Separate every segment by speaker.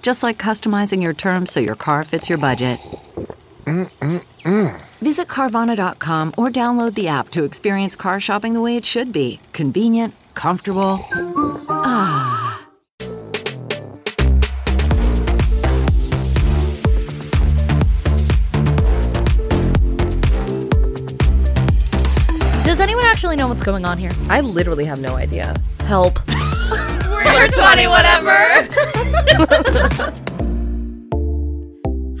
Speaker 1: Just like customizing your terms so your car fits your budget. Visit Carvana.com or download the app to experience car shopping the way it should be convenient, comfortable.
Speaker 2: Does anyone actually know what's going on here?
Speaker 3: I literally have no idea. Help.
Speaker 2: We're 20, whatever.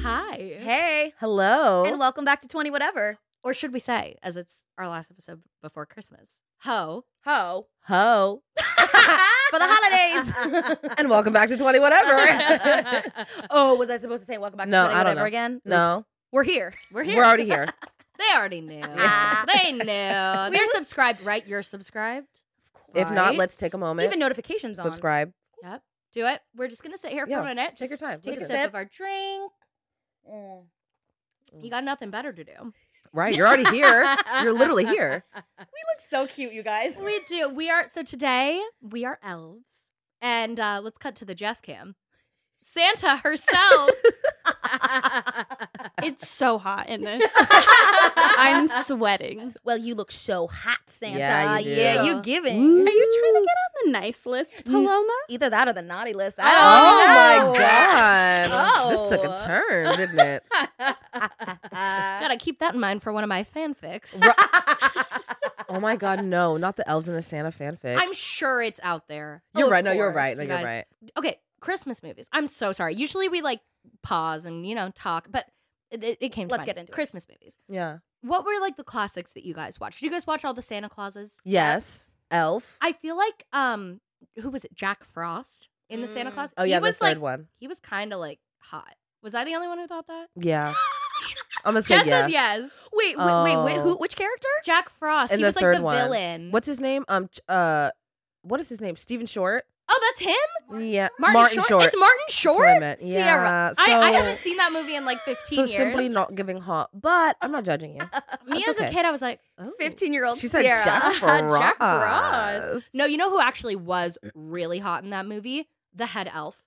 Speaker 2: Hi.
Speaker 3: Hey. Hello.
Speaker 2: And welcome back to 20, whatever. Or should we say, as it's our last episode before Christmas? Ho.
Speaker 3: Ho. Ho.
Speaker 2: For
Speaker 3: the holidays. and welcome back to 20 whatever.
Speaker 2: oh, was I supposed to say welcome back
Speaker 3: to No, 20, I don't whatever know.
Speaker 2: again?
Speaker 3: no.
Speaker 2: We're here. We're here.
Speaker 3: We're already here.
Speaker 2: They already knew. they knew. They're subscribed, right? You're subscribed.
Speaker 3: If not, let's take a moment.
Speaker 4: Even notifications on.
Speaker 3: Subscribe.
Speaker 2: Yep. Do it. We're just gonna sit here for
Speaker 3: Yeah.
Speaker 2: a minute.
Speaker 3: Take your
Speaker 2: Just
Speaker 3: time.
Speaker 2: Take
Speaker 3: Take
Speaker 2: a
Speaker 3: it.
Speaker 2: sip of our drink. Mm. You got nothing better to do.
Speaker 3: Right. You're already here. You're literally here.
Speaker 4: We look so cute, you guys.
Speaker 2: We do. We are so today we are elves, and uh, let's cut to the Jess cam. Santa herself.
Speaker 5: It's so hot in this. I'm sweating.
Speaker 4: well, you look so hot, Santa.
Speaker 3: Yeah, you do.
Speaker 4: Yeah, you
Speaker 5: Are
Speaker 4: giving.
Speaker 5: you trying to get on the nice list, Paloma?
Speaker 4: Either that or the naughty list. I
Speaker 3: Oh,
Speaker 4: don't
Speaker 3: my God.
Speaker 2: Oh.
Speaker 3: This took a turn, didn't it?
Speaker 4: know.
Speaker 2: Gotta keep that in mind for one of my fanfics.
Speaker 3: oh my God. No, not the elves in the Santa fanfic.
Speaker 2: I'm sure it's out there.
Speaker 3: you're
Speaker 2: Of
Speaker 3: right. No, you're
Speaker 2: course,
Speaker 3: right. No,
Speaker 2: you
Speaker 3: you're
Speaker 2: guys.
Speaker 3: right.
Speaker 2: Okay, Christmas movies. I'm so sorry. Usually we like pause and you know talk, but it, it came. To
Speaker 4: Let's
Speaker 2: mind.
Speaker 4: get into it.
Speaker 2: Christmas movies.
Speaker 3: Yeah.
Speaker 2: What were like the classics that you guys watched? Did you guys watch all the Santa Clauses?
Speaker 3: Yes. Elf.
Speaker 2: I feel like um, who was it? Jack Frost in the Santa Claus.
Speaker 3: Oh, yeah.
Speaker 2: he
Speaker 3: The
Speaker 2: was like
Speaker 3: third one.
Speaker 2: he was kind of like hot. Was I the only one who thought that?
Speaker 3: Yeah. I'm going to say
Speaker 2: Jess
Speaker 3: yeah.
Speaker 2: says yes.
Speaker 4: Wait, wait, wait, wait,
Speaker 3: Oh.
Speaker 4: who, which character?
Speaker 2: Jack Frost.
Speaker 3: And
Speaker 2: he
Speaker 3: the
Speaker 2: was like
Speaker 3: third
Speaker 2: the
Speaker 3: one.
Speaker 2: villain.
Speaker 3: What's his name? Um. Ch- Uh. What is his name? Stephen Short.
Speaker 2: Oh, that's him.
Speaker 3: Yeah.
Speaker 2: Martin, Short? It's Martin
Speaker 3: That's what I
Speaker 2: Short.
Speaker 3: meant.
Speaker 2: Sierra.
Speaker 3: Yeah,
Speaker 2: I, I
Speaker 3: so-
Speaker 2: haven't seen that movie in like 15
Speaker 3: So
Speaker 2: years.
Speaker 3: simply not giving hot, but I'm not judging you.
Speaker 2: Me
Speaker 3: That's
Speaker 2: as
Speaker 3: okay.
Speaker 2: a kid, I was like, oh.
Speaker 4: 15 year old
Speaker 3: She said
Speaker 4: Sierra.
Speaker 3: Jack Frost.
Speaker 2: Jack Frost. No, you know who actually was really hot in that movie? The head elf.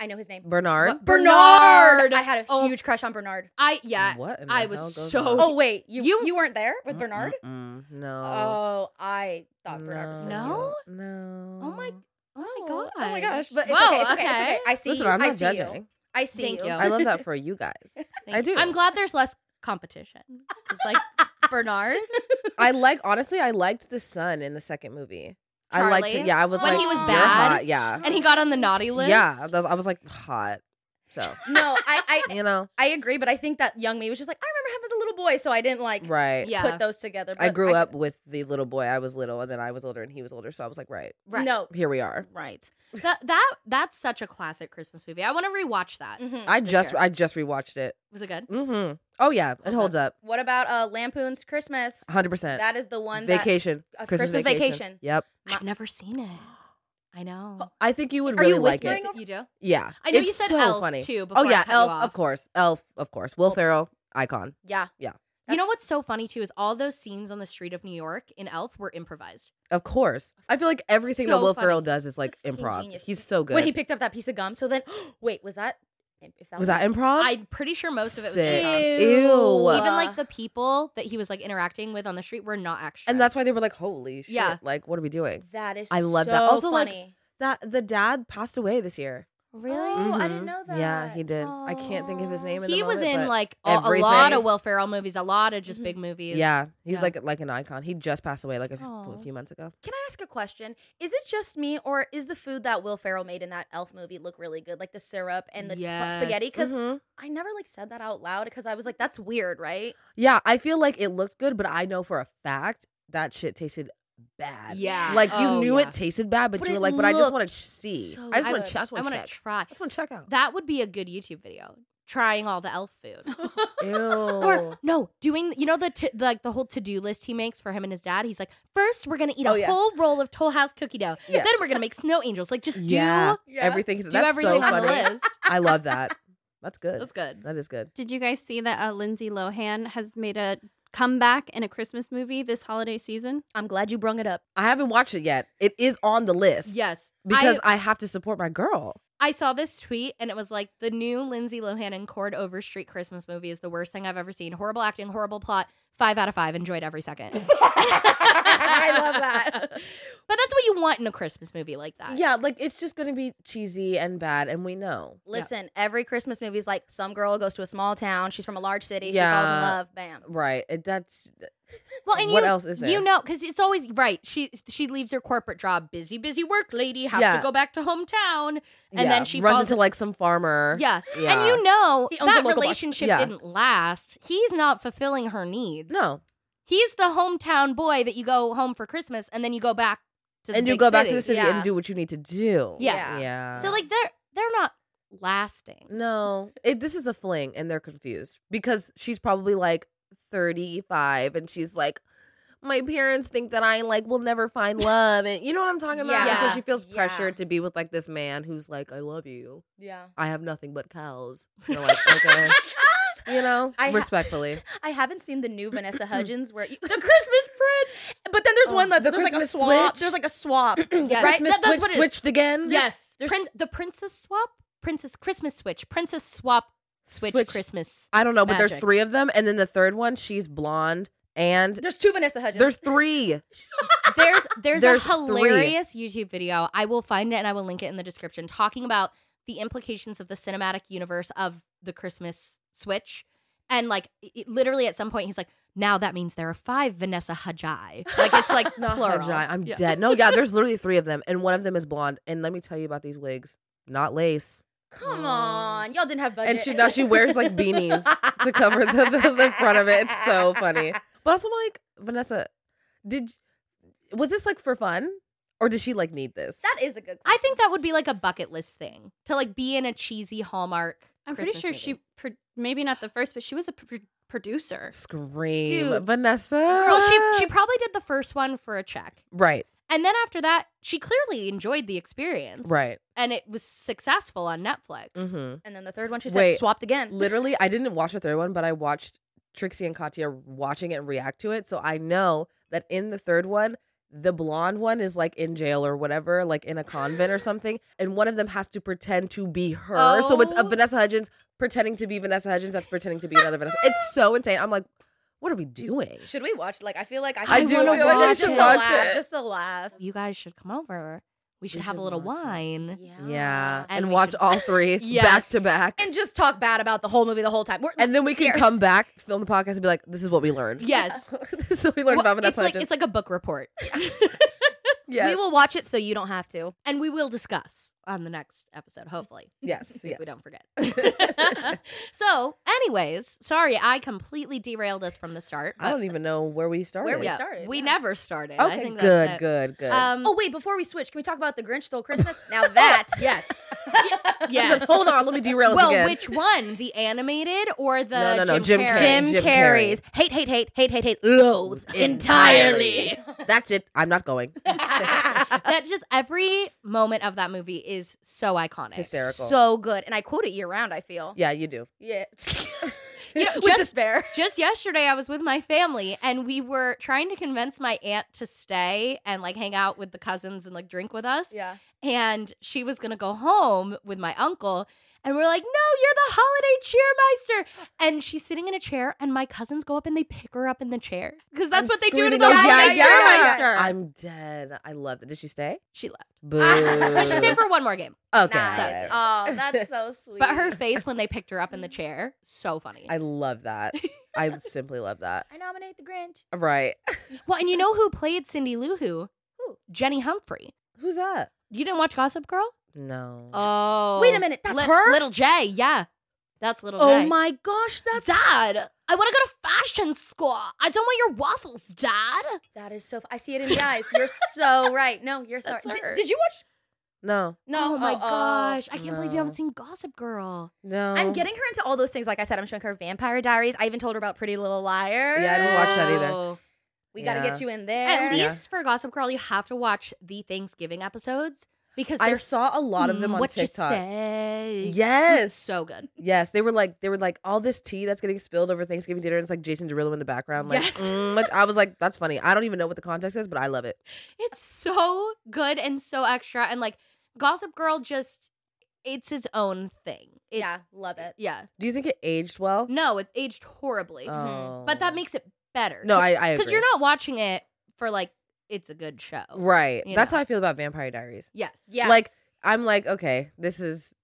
Speaker 4: I know his name.
Speaker 3: Bernard.
Speaker 2: What- Bernard.
Speaker 4: I had a
Speaker 2: Oh.
Speaker 4: huge crush on Bernard.
Speaker 2: I yeah.
Speaker 3: What in the
Speaker 2: I
Speaker 3: hell
Speaker 2: was
Speaker 3: goes
Speaker 2: so
Speaker 3: on?
Speaker 4: Oh, wait, you,
Speaker 2: You-
Speaker 4: you weren't there with Bernard?
Speaker 3: Mm-mm, no.
Speaker 4: Oh, I thought Bernard was so
Speaker 2: No.
Speaker 4: cute.
Speaker 3: cute. No.
Speaker 2: Oh my Oh my
Speaker 4: Oh,
Speaker 2: god.
Speaker 4: Oh my gosh. But it's
Speaker 2: Whoa,
Speaker 4: okay, it's okay, it's okay. I see
Speaker 3: Listen,
Speaker 4: you.
Speaker 3: I'm
Speaker 4: I
Speaker 3: not
Speaker 4: see
Speaker 3: judging.
Speaker 4: you. I see
Speaker 2: Thank you.
Speaker 3: I love that for you guys.
Speaker 2: Thank
Speaker 3: I
Speaker 2: you.
Speaker 3: do.
Speaker 2: I'm glad there's less competition. It's like Bernard.
Speaker 3: I like honestly, I liked the son in the second movie. I liked
Speaker 2: Charlie?
Speaker 3: it. Yeah, I was
Speaker 2: When
Speaker 3: like
Speaker 2: he was
Speaker 3: you're
Speaker 2: bad?
Speaker 3: hot, Yeah.
Speaker 2: And he got on the naughty list.
Speaker 3: Yeah. I was, I was like hot. So
Speaker 4: no, I, I,
Speaker 3: you know,
Speaker 4: I agree, but I think that young me was just like, I remember him as a little boy, so I didn't like
Speaker 3: right.
Speaker 2: Yeah.
Speaker 4: put those together.
Speaker 3: I
Speaker 4: but
Speaker 3: grew up with the little boy. I was little, and then I was older, and he was older. So I was like, right,
Speaker 2: Right.
Speaker 4: No,
Speaker 3: here we are.
Speaker 4: right.
Speaker 2: That, that that's such a classic Christmas movie. I want to rewatch that.
Speaker 4: Mhm.
Speaker 3: I
Speaker 2: For
Speaker 3: just,
Speaker 2: sure.
Speaker 3: I just rewatched it.
Speaker 2: Was it good?
Speaker 3: Mm-hmm. Oh yeah, it holds up.
Speaker 4: What about uh, Lampoon's Christmas?
Speaker 3: Hundred percent.
Speaker 4: That is the one that.
Speaker 3: Vacation.
Speaker 2: uh,
Speaker 4: a
Speaker 3: Uh, Christmas,
Speaker 4: Christmas
Speaker 3: vacation.
Speaker 4: vacation.
Speaker 3: Yep.
Speaker 2: I've never seen it. I know.
Speaker 3: I think you would
Speaker 4: Are
Speaker 3: really
Speaker 4: you
Speaker 3: like it.
Speaker 4: whispering?
Speaker 2: You do?
Speaker 3: Yeah.
Speaker 2: I know
Speaker 3: it's
Speaker 2: you said
Speaker 3: so
Speaker 2: Elf
Speaker 3: funny.
Speaker 2: too. Before
Speaker 3: Oh
Speaker 2: I
Speaker 3: yeah,
Speaker 2: cut you
Speaker 3: Elf
Speaker 2: off.
Speaker 3: of course. Elf of course. Will
Speaker 4: Well-
Speaker 3: Ferrell icon.
Speaker 4: Yeah.
Speaker 2: You know what's so funny too is all those scenes on the street of New York in Elf were improvised.
Speaker 3: Of course. I feel like everything that
Speaker 2: So
Speaker 3: Will
Speaker 2: funny.
Speaker 3: Ferrell does is
Speaker 4: So
Speaker 3: like
Speaker 4: fucking
Speaker 3: improv.
Speaker 4: genius.
Speaker 3: He's so good.
Speaker 4: When he picked up that piece of gum, so then, wait, was that? If that
Speaker 3: was that improv?
Speaker 2: I'm pretty sure most of it was
Speaker 3: Sick.
Speaker 2: improv.
Speaker 3: Ew.
Speaker 2: Even like the people that he was like interacting with on the street were not extras.
Speaker 3: and that's why they were like, "Holy shit!
Speaker 2: Yeah.
Speaker 3: Like, what are we doing?"
Speaker 4: That is.
Speaker 3: I love
Speaker 4: so
Speaker 3: that. Also, like,
Speaker 4: funny.
Speaker 3: That the dad passed away this year.
Speaker 4: Really? Oh, I didn't know that.
Speaker 3: Mm-hmm. Yeah, he did. I can't think of his name. At
Speaker 2: He
Speaker 3: the
Speaker 2: was
Speaker 3: moment,
Speaker 2: in
Speaker 3: but-
Speaker 2: like a, a lot
Speaker 3: everything.
Speaker 2: of Will Ferrell movies, a lot of just big movies.
Speaker 3: Yeah, he's
Speaker 2: Yeah.
Speaker 3: like like an icon. He just passed away like a f-
Speaker 2: Aw.
Speaker 3: few months ago.
Speaker 4: Can I ask a question? Is it just me, or is the food that Will Ferrell made in that Elf movie look really good, like the syrup and the sp- spaghetti?
Speaker 2: Yes.
Speaker 4: Because
Speaker 3: Mhm.
Speaker 4: I never like said that out loud because I was like, that's weird, right?
Speaker 3: Yeah, I feel like it looked good, but I know for a fact that shit tasted bad.
Speaker 2: Yeah.
Speaker 3: Like you
Speaker 2: Oh,
Speaker 3: knew
Speaker 2: yeah.
Speaker 3: it tasted bad, but,
Speaker 4: But
Speaker 3: you were
Speaker 4: it
Speaker 3: like, but I just want
Speaker 4: looked
Speaker 3: to see.
Speaker 4: so
Speaker 3: I just want to.
Speaker 4: good.
Speaker 3: I just
Speaker 2: I
Speaker 3: want to
Speaker 2: want to
Speaker 3: check.
Speaker 2: try.
Speaker 3: I just want to check out.
Speaker 2: That would be a good YouTube video. Trying all the elf food.
Speaker 3: Ew.
Speaker 4: Oh.
Speaker 2: Or no, doing you know the, t- the like the whole to do list he makes for him and his dad. He's like, first we're gonna eat a
Speaker 3: Oh, yeah.
Speaker 2: whole roll of Toll House cookie dough.
Speaker 3: Yeah.
Speaker 2: Then we're gonna make snow angels. Like just
Speaker 3: yeah.
Speaker 2: do
Speaker 3: Everything.
Speaker 2: do
Speaker 3: That's
Speaker 2: everything
Speaker 3: so
Speaker 2: on
Speaker 3: funny.
Speaker 2: the list.
Speaker 3: I love that. That's good.
Speaker 2: That's good.
Speaker 3: That is good.
Speaker 5: Did you guys see that uh, Lindsay Lohan has made a comeback in a Christmas movie this holiday season?
Speaker 4: I'm glad you brung it up.
Speaker 3: I haven't watched it yet. It is on the list.
Speaker 2: Yes,
Speaker 3: Because I, have to support my girl.
Speaker 2: I saw this tweet and it was like the new Lindsay Lohan and Cord Overstreet Christmas movie is the worst thing I've ever seen. Horrible acting, horrible plot. Five out of five. Enjoyed every second. I love
Speaker 4: I love that.
Speaker 2: But that's what you want in a Christmas movie like that.
Speaker 3: Yeah, like it's just gonna be cheesy and bad, and we know.
Speaker 4: Listen, every Christmas movie is like some girl goes to a small town. She's from a large city. She falls in
Speaker 3: Yeah.
Speaker 4: love. Bam.
Speaker 3: Right. It, that's
Speaker 2: Well, and
Speaker 3: what
Speaker 2: you,
Speaker 3: else is there?
Speaker 2: You know, because it's always right. She she leaves her corporate job, busy, busy work lady, have
Speaker 3: Yeah.
Speaker 2: to go back to hometown, and
Speaker 3: Yeah,
Speaker 2: then she
Speaker 3: runs
Speaker 2: falls
Speaker 3: into like some farmer.
Speaker 2: yeah.
Speaker 3: Yeah.
Speaker 2: And you know
Speaker 4: He owns a
Speaker 2: that
Speaker 4: local bar.
Speaker 2: relationship
Speaker 3: Yeah.
Speaker 2: didn't last. He's not fulfilling her needs.
Speaker 3: No.
Speaker 2: he's the hometown boy that you go home for Christmas, and then you go back to the
Speaker 3: And you
Speaker 2: big
Speaker 3: go back to the
Speaker 2: city.
Speaker 3: city
Speaker 4: Yeah.
Speaker 3: and do what you need to do.
Speaker 2: Yeah.
Speaker 3: Yeah.
Speaker 2: So like they're they're not lasting.
Speaker 3: Mm, No. It, this is a fling and they're confused because she's probably like 35 and she's like my parents think that I like will never find love and you know what I'm talking about? And
Speaker 2: Yeah.
Speaker 3: so she feels
Speaker 4: Yeah.
Speaker 3: pressured to be with like this man who's like I love you.
Speaker 4: Yeah.
Speaker 3: I have nothing but cows. You're like okay. you know,
Speaker 4: I ha-
Speaker 3: respectfully.
Speaker 4: I haven't seen the new Vanessa Hudgens where you,
Speaker 2: The Christmas prince.
Speaker 4: But then there's
Speaker 3: Oh.
Speaker 4: one that
Speaker 3: The
Speaker 4: there's
Speaker 3: Christmas
Speaker 4: like a swap.
Speaker 3: switch?
Speaker 4: There's like a swap.
Speaker 2: Yes.
Speaker 4: Right?
Speaker 3: Christmas
Speaker 2: That- that's
Speaker 3: switch
Speaker 2: what it is.
Speaker 3: switched again.
Speaker 2: Yes.
Speaker 3: There's-
Speaker 2: Prin- the princess swap. Princess Christmas switch. Princess swap. Switch,
Speaker 3: Switch-
Speaker 2: Christmas.
Speaker 3: I don't know, but there's
Speaker 2: Magic.
Speaker 3: three of them, and then the third one, she's blonde, and
Speaker 4: There's two Vanessa Hudgens.
Speaker 3: there's three.
Speaker 2: There's there's,
Speaker 3: There's
Speaker 2: a
Speaker 3: three.
Speaker 2: hilarious YouTube video. I will find it and I will link it in the description talking about the implications of the cinematic universe of the Christmas switch. And like it, literally at some point he's like, now that means there are five Vanessa Hajai. Like it's like
Speaker 3: Not
Speaker 2: plural.
Speaker 3: Hajai, I'm dead. No, yeah, there's literally three of them, and one of them is blonde. And let me tell you about these wigs, not lace,
Speaker 4: Come on, y'all didn't have budget.
Speaker 3: Mm. And she- now she wears, like, beanies to cover the, the, the front of it. It's so funny. But also, I'm like Vanessa, did was this like for fun, or did she like need this?
Speaker 4: That is a good. Question.
Speaker 2: I think that would be like a bucket list thing to like be in a cheesy Hallmark.
Speaker 5: I'm
Speaker 2: Christmas
Speaker 5: pretty sure
Speaker 2: movie.
Speaker 5: she pro- maybe not the first, but she was a pr- producer.
Speaker 3: Scream,
Speaker 2: Dude.
Speaker 3: Vanessa.
Speaker 2: Well, she she probably did the first one for a check,
Speaker 3: right,
Speaker 2: and then after that, she clearly enjoyed the experience,
Speaker 3: right.
Speaker 2: And it was successful on Netflix.
Speaker 3: Mm-hmm.
Speaker 4: And then the third one, she
Speaker 3: Wait.
Speaker 4: said swapped again.
Speaker 3: literally i didn't watch the third one but i watched trixie and katya watching it and react to it so i know that in the third one the blonde one is like in jail or whatever like in a convent or something and one of them has to pretend to be her so it's a
Speaker 2: Oh.
Speaker 3: vanessa hudgens pretending to be vanessa hudgens that's pretending to be another vanessa it's so insane i'm like what are we doing
Speaker 4: Should we watch? Like, I feel like I,
Speaker 3: I
Speaker 4: should
Speaker 3: do
Speaker 4: wanna
Speaker 3: wanna
Speaker 4: watch
Speaker 3: watch
Speaker 4: it just
Speaker 3: it.
Speaker 4: to laugh,
Speaker 3: Watch it.
Speaker 4: just to laugh.
Speaker 2: You guys should come over. We should
Speaker 3: We
Speaker 2: have a
Speaker 3: should
Speaker 2: little
Speaker 3: watch it.
Speaker 2: wine.
Speaker 3: yeah,
Speaker 2: And
Speaker 3: and,
Speaker 2: we
Speaker 3: watch
Speaker 2: should-
Speaker 3: all three back
Speaker 2: Yes.
Speaker 3: to back
Speaker 4: And just talk bad about the whole movie the whole time. We're,
Speaker 3: and then we can
Speaker 4: Serious.
Speaker 3: come back film the podcast and be like this is what we learned
Speaker 2: Yes.
Speaker 3: this is what we learned
Speaker 2: Well,
Speaker 3: about
Speaker 2: it's
Speaker 3: vanessa
Speaker 2: like
Speaker 3: hudgens
Speaker 2: it's like a book report,
Speaker 3: yes.
Speaker 4: We will watch it so you don't have to.
Speaker 2: and we will discuss on the next episode, hopefully.
Speaker 3: yes,
Speaker 2: See if
Speaker 3: yes.
Speaker 2: we don't forget. so, anyways, sorry, I completely derailed us from the start.
Speaker 3: I
Speaker 2: but-
Speaker 3: don't even know where we started.
Speaker 4: Where we started,
Speaker 2: We
Speaker 4: yeah.
Speaker 2: never started.
Speaker 3: Okay,
Speaker 2: I think
Speaker 3: good,
Speaker 2: that's it.
Speaker 3: good, good.
Speaker 2: Um,
Speaker 4: Oh wait, before we switch, can we talk about the Grinch stole Christmas? Now that
Speaker 2: yes, Y- yes.
Speaker 3: Hold on, let me derail this
Speaker 2: well,
Speaker 3: again.
Speaker 2: which one? The animated or the
Speaker 3: No, no, no,
Speaker 2: Jim,
Speaker 3: Jim
Speaker 2: Carrey?
Speaker 3: Carrey.
Speaker 4: Jim,
Speaker 3: Jim
Speaker 4: Carrey's hate, hate, hate, hate, hate, hate, loathe entirely.
Speaker 3: That's it. I'm not going.
Speaker 2: that just every moment of that movie is so iconic.
Speaker 3: Hysterical.
Speaker 4: So good, and I quote it year round. I feel.
Speaker 3: Yeah, you do.
Speaker 4: Yeah.
Speaker 2: You know,
Speaker 4: With
Speaker 2: just-
Speaker 4: despair.
Speaker 2: Just yesterday, I was with my family and we were trying to convince my aunt to stay and like hang out with the cousins and like drink with us.
Speaker 4: Yeah.
Speaker 2: and she was gonna go home with my uncle. And we're like, no, you're the holiday cheermeister. And she's sitting in a chair, and my cousins go up and they pick her up in the chair because that's
Speaker 3: I'm
Speaker 2: what they do to
Speaker 3: screaming
Speaker 2: the
Speaker 3: out,
Speaker 2: holiday
Speaker 3: "Yeah, yeah,
Speaker 2: cheermeister.
Speaker 3: yeah." I'm dead. I love it. Did she stay?
Speaker 2: She left,
Speaker 3: Boo.
Speaker 2: but she's in for one more game.
Speaker 3: okay.
Speaker 4: Nice. Oh, that's so sweet.
Speaker 2: But her face when they picked her up in the chair, so funny.
Speaker 3: I love that. I simply love that.
Speaker 4: I nominate the Grinch.
Speaker 3: Right.
Speaker 2: well, and you know who played Cindy Lou Who?
Speaker 4: Who?
Speaker 2: Jenny Humphrey.
Speaker 3: Who's that?
Speaker 2: You didn't watch Gossip Girl?
Speaker 3: No.
Speaker 2: Oh,
Speaker 4: Wait a minute, that's
Speaker 2: Lit-
Speaker 4: her?
Speaker 2: Little J, yeah, that's little.
Speaker 4: Oh
Speaker 2: J.
Speaker 4: my gosh, that's
Speaker 2: Dad, I want to go to fashion school. I don't want your waffles, Dad.
Speaker 4: that is so. F- I see it in your eyes. You're so right. No, you're sorry.
Speaker 2: That's
Speaker 4: Did,
Speaker 2: her.
Speaker 4: did you watch?
Speaker 3: No. uh-uh.
Speaker 4: No.
Speaker 2: oh my gosh, I can't believe you
Speaker 3: no.
Speaker 2: haven't seen Gossip Girl.
Speaker 3: No.
Speaker 4: I'm getting her into all those things. Like I said, I'm showing her Vampire Diaries. I even told her about Pretty Little Liars.
Speaker 3: Yeah, I didn't watch that either.
Speaker 2: Oh.
Speaker 4: We got to
Speaker 3: Yeah.
Speaker 4: get you in there.
Speaker 2: At
Speaker 3: Yeah.
Speaker 2: least for Gossip Girl, you have to watch the Thanksgiving episodes because
Speaker 3: I
Speaker 2: there's mm,
Speaker 3: saw a lot of them on
Speaker 2: what You
Speaker 3: TikTok.
Speaker 2: say.
Speaker 3: Yes.
Speaker 2: so good.
Speaker 3: Yes, they were like they were like all this tea that's getting spilled over Thanksgiving dinner. And it's like Jason Derulo in the background. Like,
Speaker 2: Yes.
Speaker 3: mm, like, I was like, that's funny. I don't even know what the context is, but I love it.
Speaker 2: It's so good and so extra, and like Gossip Girl, just it's its own thing. It-
Speaker 4: yeah, love it.
Speaker 2: yeah.
Speaker 3: Do you think it aged well?
Speaker 2: No, it aged horribly,
Speaker 3: Oh.
Speaker 2: Mm-hmm. but that makes it better.
Speaker 3: no. I I
Speaker 2: because
Speaker 3: agree.
Speaker 2: you're not watching it for like it's a good show.
Speaker 3: right.
Speaker 2: you
Speaker 3: That's
Speaker 2: know.
Speaker 3: how I feel about Vampire Diaries.
Speaker 2: Yes.
Speaker 4: Yeah.
Speaker 3: Like I'm like okay, this is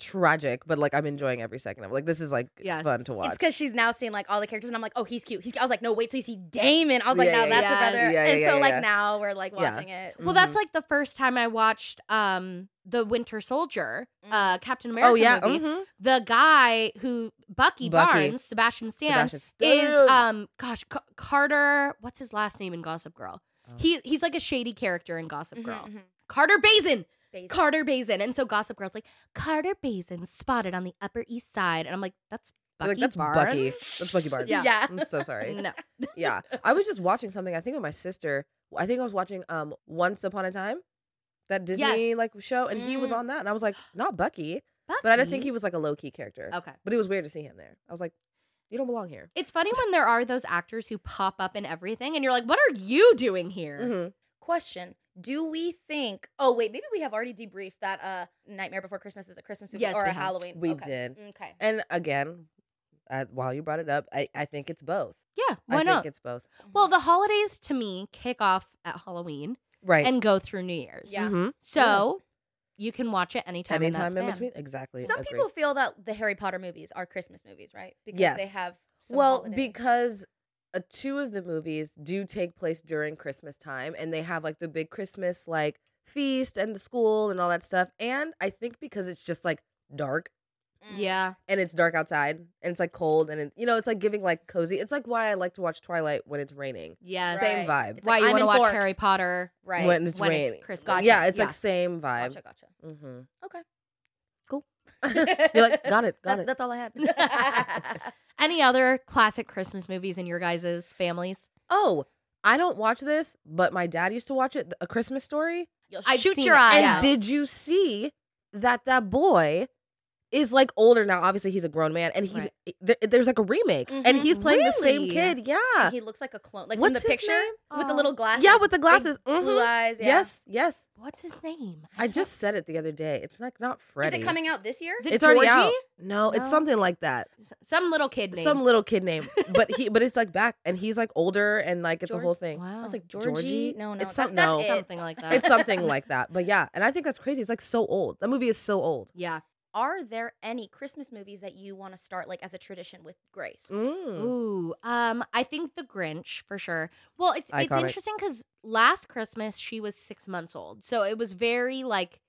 Speaker 3: tragic, but like I'm enjoying every second of it. Like this is like
Speaker 2: Yes.
Speaker 3: fun to
Speaker 4: it's
Speaker 3: watch.
Speaker 4: because she's now seeing like all the characters, and I'm like, oh, he's cute. He's. Cute. I was like, no, wait till you see Damon. I was like,
Speaker 3: Yeah,
Speaker 4: now
Speaker 3: yeah,
Speaker 4: that's
Speaker 2: yeah.
Speaker 4: the brother.
Speaker 3: Yeah,
Speaker 4: and
Speaker 3: yeah,
Speaker 4: so
Speaker 3: yeah,
Speaker 4: like
Speaker 3: yeah.
Speaker 4: now we're like
Speaker 3: Yeah. Mm-hmm.
Speaker 4: watching it.
Speaker 2: Well, that's like the first time I watched um the Winter Soldier, uh Captain America
Speaker 3: oh yeah,
Speaker 2: movie.
Speaker 3: mhm.
Speaker 2: The guy who Bucky,
Speaker 3: Bucky.
Speaker 2: Barnes, Sebastian Stan,
Speaker 3: Sebastian
Speaker 2: is
Speaker 3: Stan.
Speaker 2: um gosh C- Carter. What's his last name in Gossip Girl?
Speaker 3: Oh.
Speaker 2: He he's like a shady character in
Speaker 4: Mm-hmm.
Speaker 3: Mm-hmm,
Speaker 2: Gossip Girl. Carter Bazin.
Speaker 4: Car-
Speaker 2: Carter Bazin. And so Gossip Girl's like, Carter Bazin spotted on the Upper East Side. And I'm like, that's
Speaker 3: They're
Speaker 2: Bucky
Speaker 3: like, that's
Speaker 2: Barnes.
Speaker 3: Bucky. That's Bucky Barnes.
Speaker 4: yeah.
Speaker 2: Yeah.
Speaker 3: I'm so sorry.
Speaker 2: No.
Speaker 3: yeah i was just watching something i think with my sister i think i was watching um once upon a time that disney
Speaker 2: Yes.
Speaker 3: like show and he was
Speaker 4: Mm.
Speaker 3: on that and i was like not bucky but i didn't think
Speaker 2: Bucky?
Speaker 3: he was like a low-key character
Speaker 4: Oh.
Speaker 2: Okay.
Speaker 3: but it was weird to see him there i was like you don't belong here
Speaker 2: It's funny when there are those actors who pop up in everything and you're like, what are you doing here?
Speaker 3: Mhm.
Speaker 4: Question: Mm-hmm. Do we think? Oh wait, maybe we have already debriefed that uh Nightmare Before Christmas is a Christmas movie
Speaker 2: Yes,
Speaker 4: or
Speaker 2: we
Speaker 4: a
Speaker 2: have.
Speaker 4: Halloween.
Speaker 3: We
Speaker 4: Okay.
Speaker 3: did.
Speaker 4: Okay.
Speaker 3: and again uh, while you brought it up i, I think it's both
Speaker 2: Yeah, why
Speaker 3: i
Speaker 2: not?
Speaker 3: think it's both
Speaker 4: Mm-hmm.
Speaker 2: Well, the holidays to me kick off at Halloween
Speaker 3: right
Speaker 2: and go through New Year's.
Speaker 4: Yeah.
Speaker 3: Mhm.
Speaker 2: So you can watch it anytime. in, that
Speaker 3: anytime in,
Speaker 2: span.
Speaker 3: between exactly
Speaker 4: Some
Speaker 3: agree.
Speaker 4: people feel that the Harry Potter movies are Christmas movies, right? Because they
Speaker 3: Yes.
Speaker 4: have some
Speaker 3: well
Speaker 4: holiday-
Speaker 3: because uh, two of the movies do take place during christmas time and they have like the big christmas like feast and the school and all that stuff and i think because it's just like dark
Speaker 4: Mm.
Speaker 2: Yeah.
Speaker 3: and it's dark outside and it's like cold and it, you know it's like giving like cozy it's like why i like to watch twilight when it's raining
Speaker 2: Yes.
Speaker 3: same vibe
Speaker 4: It's
Speaker 2: Why
Speaker 4: like,
Speaker 2: you
Speaker 4: I'm
Speaker 2: want to
Speaker 4: in
Speaker 2: watch
Speaker 4: Forks.
Speaker 2: Harry Potter?
Speaker 4: Right.
Speaker 3: when it's
Speaker 2: When it's
Speaker 3: raining
Speaker 2: Christmas.
Speaker 3: Like,
Speaker 4: Gotcha.
Speaker 3: yeah it's
Speaker 2: Yeah.
Speaker 3: like same vibe
Speaker 4: Gotcha, gotcha.
Speaker 3: hmm
Speaker 4: Okay.
Speaker 2: Cool.
Speaker 3: you're like got it got
Speaker 4: That-
Speaker 3: it
Speaker 4: That's all I had.
Speaker 2: Any other classic Christmas movies in your guys' families?
Speaker 3: oh i don't watch this but my dad used to watch it a christmas story
Speaker 4: You'll
Speaker 2: I've
Speaker 4: shoot
Speaker 2: seen
Speaker 4: your
Speaker 2: it.
Speaker 4: eye
Speaker 3: And
Speaker 2: Yes.
Speaker 4: out.
Speaker 3: did you see that that boy is like older now? Obviously, he's a grown man, and he's eh, there, there's like a remake, and
Speaker 4: Mhm.
Speaker 3: he's playing the same
Speaker 2: Really?
Speaker 3: kid. Yeah,
Speaker 4: And he looks like a clone. Like in the
Speaker 3: What's his
Speaker 4: picture
Speaker 3: name? Uh,
Speaker 4: with the
Speaker 2: Oh.
Speaker 4: little glasses.
Speaker 3: yeah, with the
Speaker 4: big
Speaker 3: glasses.
Speaker 4: Blue
Speaker 3: Mhm.
Speaker 4: eyes. Yeah.
Speaker 3: Yes, yes.
Speaker 2: What's his name?
Speaker 3: I just said it the other day. It's like not
Speaker 4: Is
Speaker 3: Freddy.
Speaker 4: it coming out this year?
Speaker 2: Is it
Speaker 3: It's already
Speaker 2: Georgie?
Speaker 3: out. No, it's
Speaker 2: No.
Speaker 3: something like that.
Speaker 2: Some little kid name.
Speaker 3: Some little kid name, but he, but it's like back, and he's like older, and like it's
Speaker 4: George-
Speaker 3: a whole thing.
Speaker 2: Wow.
Speaker 4: I was like,
Speaker 3: Georgie?
Speaker 4: Georgie? No, no.
Speaker 3: It's
Speaker 4: that-
Speaker 3: some-
Speaker 4: that's
Speaker 3: no.
Speaker 4: it.
Speaker 2: something like that.
Speaker 3: It's something like that. But yeah, and I think that's crazy. It's like so old. That movie is so old.
Speaker 2: yeah.
Speaker 4: Are there any Christmas movies that you want to start like as a tradition with Grace?
Speaker 3: Mm.
Speaker 2: Ooh. Um. I think The Grinch for sure. Well, it's it's
Speaker 3: Iconic.
Speaker 2: interesting because last Christmas she was six months old, so it was very like,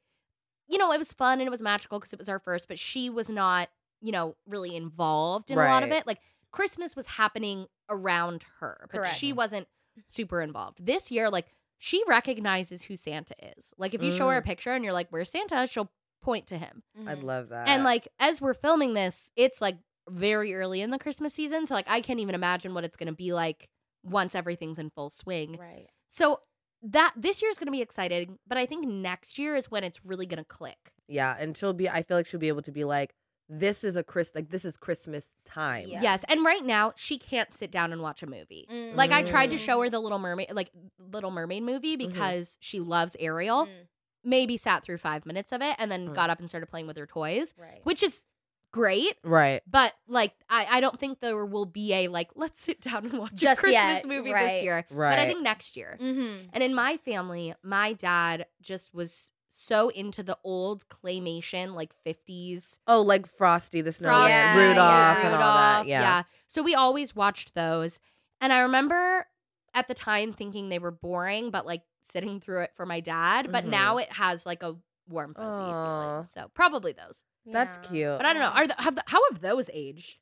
Speaker 2: you know, it was fun and it was magical because it was our first, but she was not, you know, really involved in a lot of
Speaker 3: Right.
Speaker 2: it. Like Christmas was happening around her, but
Speaker 4: Correct.
Speaker 2: she wasn't super involved. This year, like she recognizes who Santa is. Like if you show her a
Speaker 3: Mm.
Speaker 2: picture and you're like, "Where's Santa?" she'll point to him.
Speaker 4: Mm-hmm.
Speaker 3: I love that.
Speaker 4: Uh,
Speaker 2: And like as we're filming this, it's like very early in the Christmas season, so like I can't even imagine what it's going to be like once everything's in full swing.
Speaker 4: Right.
Speaker 2: So that this year's going to be exciting, but I think next year is when it's really going to click.
Speaker 3: Yeah, and she'll be. I feel like she'll be able to be like, this is a Chris, like this is Christmas time.
Speaker 4: Yeah.
Speaker 2: Yes, and right now she can't sit down and watch a movie. Like
Speaker 3: Mm.
Speaker 4: Mm.
Speaker 3: Mm-hmm.
Speaker 2: I tried to show her the Little Mermaid, like Little Mermaid movie because she loves Ariel.
Speaker 4: Mm-hmm. Mm.
Speaker 2: maybe sat through five minutes of it and then got up and started playing with her toys,
Speaker 4: Right.
Speaker 2: which is great.
Speaker 3: Right.
Speaker 2: But like, I, I don't think there will be a like, let's sit down and watch
Speaker 4: Just
Speaker 2: a Christmas
Speaker 4: yet,
Speaker 2: movie this
Speaker 4: right.
Speaker 2: year.
Speaker 3: Right.
Speaker 2: But I think next year.
Speaker 4: Mm-hmm.
Speaker 2: And in my family, my dad just was so into the old claymation, like 50s.
Speaker 3: oh, like Frosty the Snowman,
Speaker 2: Frosty,
Speaker 4: Yeah,
Speaker 3: Rudolph,
Speaker 4: yeah.
Speaker 3: and all that.
Speaker 2: Rudolph,
Speaker 3: Yeah.
Speaker 2: So we always watched those. And I remember at the time thinking they were boring, but like sitting through it for my dad. But
Speaker 3: Mhm.
Speaker 2: now it has like a warm fuzzy
Speaker 3: Aw.
Speaker 2: feeling. So probably those.
Speaker 3: That's cute.
Speaker 2: But I don't know. Are the, have the, how have those aged?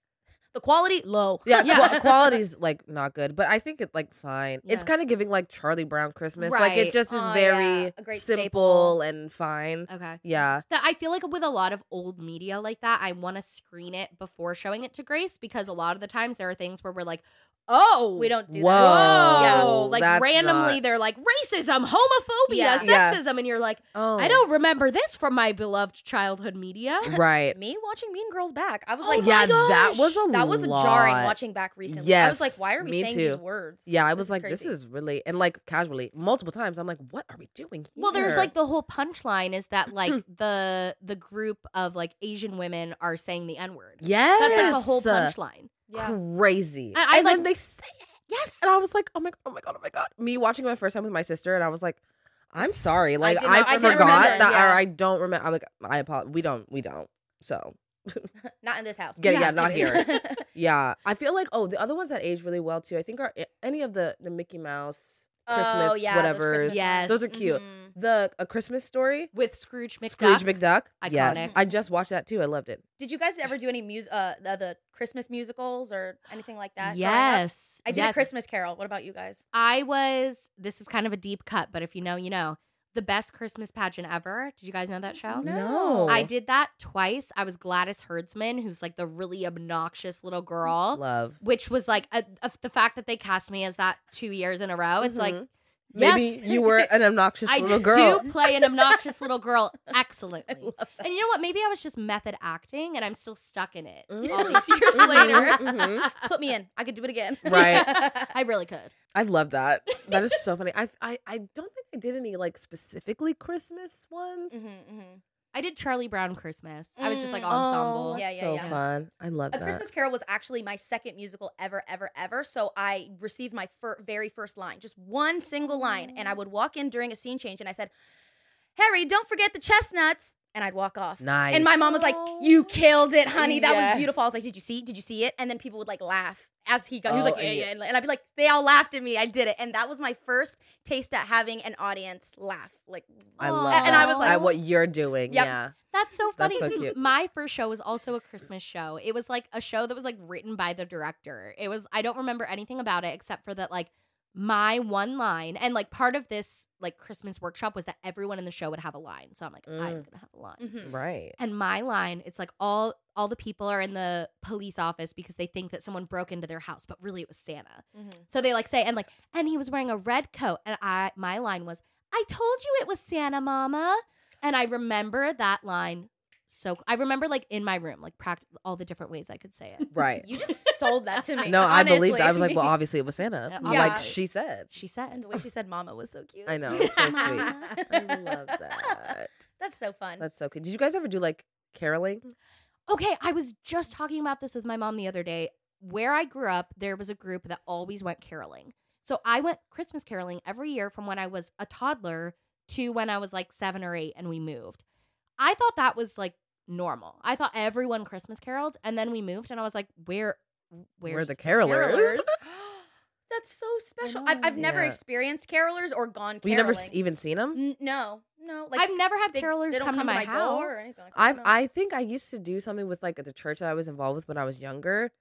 Speaker 4: The quality low.
Speaker 3: Yeah,
Speaker 2: Yeah.
Speaker 3: qua- quality's like not good, but I think it's like fine. It's
Speaker 2: Yeah.
Speaker 3: kind of giving like Charlie Brown Christmas. Like
Speaker 2: Right. Oh,
Speaker 3: it just is
Speaker 4: Aw,
Speaker 3: very
Speaker 4: yeah. A great
Speaker 3: simple
Speaker 4: staple.
Speaker 3: and fine.
Speaker 2: Okay.
Speaker 3: Yeah.
Speaker 2: That I feel like with a lot of old media like that, I want to screen it before showing it to Grace because a lot of the times there are things where we're like, oh,
Speaker 4: We don't do
Speaker 3: Whoa.
Speaker 2: Whoa.
Speaker 4: that.
Speaker 3: Oh,
Speaker 2: like
Speaker 3: that's
Speaker 2: randomly
Speaker 3: not-
Speaker 2: they're like racism, homophobia,
Speaker 4: Yeah.
Speaker 3: Yeah.
Speaker 2: sexism, and you're like,
Speaker 3: Oh,
Speaker 2: I don't remember this from my beloved childhood media.
Speaker 3: Right.
Speaker 4: Yeah. Me watching Mean Girls back. I was
Speaker 3: Oh
Speaker 4: like,
Speaker 3: my
Speaker 4: yeah,
Speaker 3: that was a
Speaker 4: that was a jarring
Speaker 3: lot.
Speaker 4: watching back recently. I was like,
Speaker 3: Yes,
Speaker 4: why are we
Speaker 3: me
Speaker 4: saying
Speaker 3: too.
Speaker 4: these words?
Speaker 3: Yeah, I
Speaker 4: This
Speaker 3: was
Speaker 4: is
Speaker 3: like, this
Speaker 4: crazy.
Speaker 3: is really and like casually multiple times. I'm like, what are we doing? Here?
Speaker 2: Well, there's like the whole punchline is that like the the group of like Asian women are saying the N word.
Speaker 3: yes,
Speaker 2: That's like the whole punchline.
Speaker 4: yeah.
Speaker 3: crazy.
Speaker 2: I- I
Speaker 3: and then
Speaker 2: like-
Speaker 3: they say it,
Speaker 2: Yes.
Speaker 3: and I was like, oh my god, oh my god, oh my god. Me watching my first time with my sister, and I was like, I'm sorry, like
Speaker 4: did
Speaker 3: I,
Speaker 4: not- I
Speaker 3: forgot
Speaker 4: didn't remember,
Speaker 3: that,
Speaker 4: yeah.
Speaker 3: or I don't remember. I'm like, I apologize. We don't, we don't. So
Speaker 4: Not in this house. Oh,
Speaker 3: Yeah, yeah, not
Speaker 4: anyways.
Speaker 3: yeah, I feel like oh, the other ones that age really well too. I think are any of the the Mickey Mouse Christmas
Speaker 4: oh, yeah, those
Speaker 3: whatever's.
Speaker 4: Christmas
Speaker 2: Yes.
Speaker 3: Those are cute.
Speaker 4: Mhm.
Speaker 3: The a Christmas story.
Speaker 2: With Scrooge McDuck.
Speaker 3: Scrooge McDuck. Yes,
Speaker 2: Iconic.
Speaker 3: I just watched that too. I loved it.
Speaker 4: Did you guys ever do any music, uh, the, the Christmas musicals or anything like
Speaker 2: oh
Speaker 4: that? growing up?
Speaker 2: Yes.
Speaker 4: I did a
Speaker 2: yes.
Speaker 4: Christmas Carol. What about you guys?
Speaker 2: I was. This is kind of a deep cut, but if you know, you know. The best Christmas pageant ever. Did you guys know that show?
Speaker 3: No.
Speaker 2: Oh, I did that twice. I was Gladys Herdsman, who's like the really obnoxious little girl,
Speaker 3: Love.
Speaker 2: which was like a, a- the fact that they cast me as that two years in a row. It's like
Speaker 3: Mhm. Maybe
Speaker 2: yes.
Speaker 3: you were an obnoxious
Speaker 2: I
Speaker 3: little girl.
Speaker 2: do play an obnoxious little girl excellently. And you know what? Maybe I was just method acting, and I'm still stuck in it all
Speaker 3: Mm.
Speaker 2: these years later.
Speaker 3: Mhm.
Speaker 4: Put me in. I could do it again.
Speaker 3: Right.
Speaker 2: Mm-hmm. I really could.
Speaker 3: I love that. That is so funny. I, I I don't think I did any like specifically Christmas ones.
Speaker 4: Mhm, mhm.
Speaker 2: I did Charlie Brown Christmas. I was just like
Speaker 4: Mm.
Speaker 2: ensemble.
Speaker 4: Yeah,
Speaker 3: yeah,
Speaker 4: yeah,
Speaker 3: Oh, so
Speaker 4: yeah.
Speaker 3: fun. I love
Speaker 4: A
Speaker 3: that.
Speaker 4: Christmas Carol was actually my second musical ever, ever, ever. So I received my fir- very first line, just one single line.
Speaker 3: Oh.
Speaker 4: And I would walk in during a scene change and I said, Harry, don't forget the chestnuts. And I'd walk off.
Speaker 3: nice.
Speaker 4: And my mom was like, You killed it, honey. That
Speaker 3: Yeah.
Speaker 4: was beautiful. I was like, Did you see? Did you see it? And then people would like laugh as he got, he was
Speaker 3: Oh,
Speaker 4: like, Yeah,
Speaker 3: and you-
Speaker 4: yeah. And, and I'd be like, They all laughed at me. I did it. And that was my first taste at having an audience laugh. Like,
Speaker 3: I love
Speaker 4: And I
Speaker 3: that.
Speaker 4: was like-
Speaker 3: at what you're doing.
Speaker 4: Yep.
Speaker 3: Yeah.
Speaker 2: That's so
Speaker 3: That's
Speaker 2: funny.
Speaker 3: so
Speaker 2: 'cause
Speaker 3: cute.
Speaker 2: My first show was also a Christmas show. It was like a show that was like written by the director. It was I don't remember anything about it except for that like my one line and like part of this like Christmas workshop was that everyone in the show would have a line. So I'm like, I'm
Speaker 3: Mm.
Speaker 2: gonna have a line.
Speaker 4: mhm.
Speaker 3: Right.
Speaker 2: And my line, it's like all all the people are in the police office because they think that someone broke into their house, but really it was Santa.
Speaker 4: Mhm.
Speaker 2: So they like say and like and he was wearing a red coat and I my line was I told you it was Santa Mama and I remember that line so I remember like in my room like pract- all the different ways I could say it.
Speaker 3: Right.
Speaker 4: You just sold that to me.
Speaker 3: no, I believed. it. I was like,
Speaker 4: honestly.
Speaker 3: well, obviously it was Santa.
Speaker 2: Yeah.
Speaker 3: Like
Speaker 4: Yeah.
Speaker 3: she said.
Speaker 2: She
Speaker 4: And
Speaker 2: said.
Speaker 4: the way she said "mama" was so cute.
Speaker 3: I know. It's so sweet. I love that.
Speaker 4: That's so fun.
Speaker 3: That's so good. Did you guys ever do like caroling?
Speaker 2: Okay, I was just talking about this with my mom the other day. Where I grew up, there was a group that always went caroling. So I went Christmas caroling every year from when I was a toddler to when I was like 7 or 8 and we moved. I thought that was like normal. I thought everyone Christmas caroled and then we moved and I was like where where's
Speaker 3: Where are the carolers?
Speaker 4: That's so special.
Speaker 2: know.
Speaker 4: I've, I've never
Speaker 3: Yeah.
Speaker 4: experienced carolers or gone caroling.
Speaker 3: You never s- even seen them?
Speaker 4: N- no, no. Like
Speaker 2: I've never had
Speaker 4: they,
Speaker 2: carolers
Speaker 4: they don't
Speaker 2: come, to my, house.
Speaker 4: door or anything. Like that,
Speaker 3: I
Speaker 4: no.
Speaker 3: I think I used to do something with like the church that I was involved with when I was younger.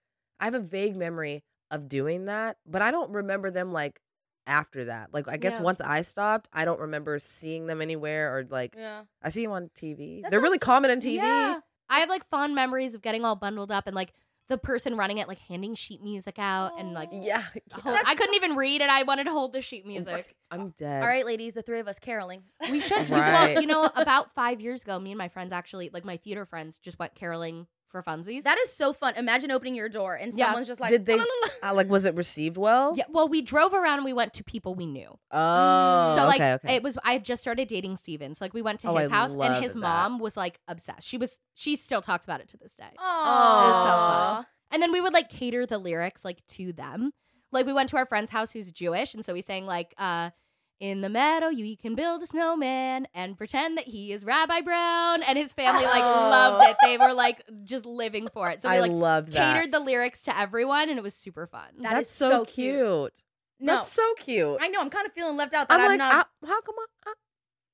Speaker 3: I have a vague memory of doing that, but I don't remember them like after that. Like I guess
Speaker 2: Yeah.
Speaker 3: once I stopped, I don't remember seeing them anywhere or like
Speaker 4: yeah.
Speaker 3: I see them on TV.
Speaker 4: That
Speaker 3: They're really
Speaker 4: sounds-
Speaker 3: common on TV.
Speaker 2: Yeah. I have like fond memories of getting all bundled up and like the person running it like handing sheet music out and like
Speaker 4: Oh,
Speaker 3: Yeah.
Speaker 2: hold- I couldn't even read and I wanted to hold the
Speaker 3: Oh
Speaker 2: sheet music.
Speaker 3: I'm dead.
Speaker 4: All right, ladies, the three of us caroling.
Speaker 2: We should.
Speaker 3: Right.
Speaker 2: Well, you know, about five years ago, me and my friends actually, like my theater friends, just went caroling for funsies.
Speaker 4: That is so fun. Imagine opening your door and
Speaker 2: Yeah.
Speaker 4: someone's just like,
Speaker 3: Did they-
Speaker 4: "La, la, la, la."
Speaker 3: Uh, like, was it received well?
Speaker 2: yeah, well, we drove around and we went to people we knew.
Speaker 4: Mm,
Speaker 3: Oh,
Speaker 2: so like
Speaker 3: okay, okay.
Speaker 2: it was I had just started dating Steven. So like we went to
Speaker 3: Oh,
Speaker 2: his
Speaker 3: I
Speaker 2: house
Speaker 3: love
Speaker 2: and his
Speaker 3: that.
Speaker 2: mom was like obsessed. She was she still talks about it to this day.
Speaker 4: Aw.
Speaker 3: It is so
Speaker 2: fun. And then we would like cater the lyrics like to them. Like we went to our friend's house who's Jewish, and so we sang like uh in the meadow you can build a snowman and pretend that he is Rabbi Brown and his family like
Speaker 3: Oh.
Speaker 2: loved it. They were like just living for it. So we
Speaker 3: I
Speaker 2: like
Speaker 3: love that.
Speaker 2: catered the lyrics to everyone and it was super fun.
Speaker 4: That
Speaker 3: That's
Speaker 4: is
Speaker 3: so,
Speaker 4: so
Speaker 3: cute.
Speaker 4: cute. No,
Speaker 3: That's so cute.
Speaker 4: I know. I'm kind of feeling left out that
Speaker 3: I'm
Speaker 4: I'm,
Speaker 3: like,
Speaker 4: not.
Speaker 3: I- how come? I, I,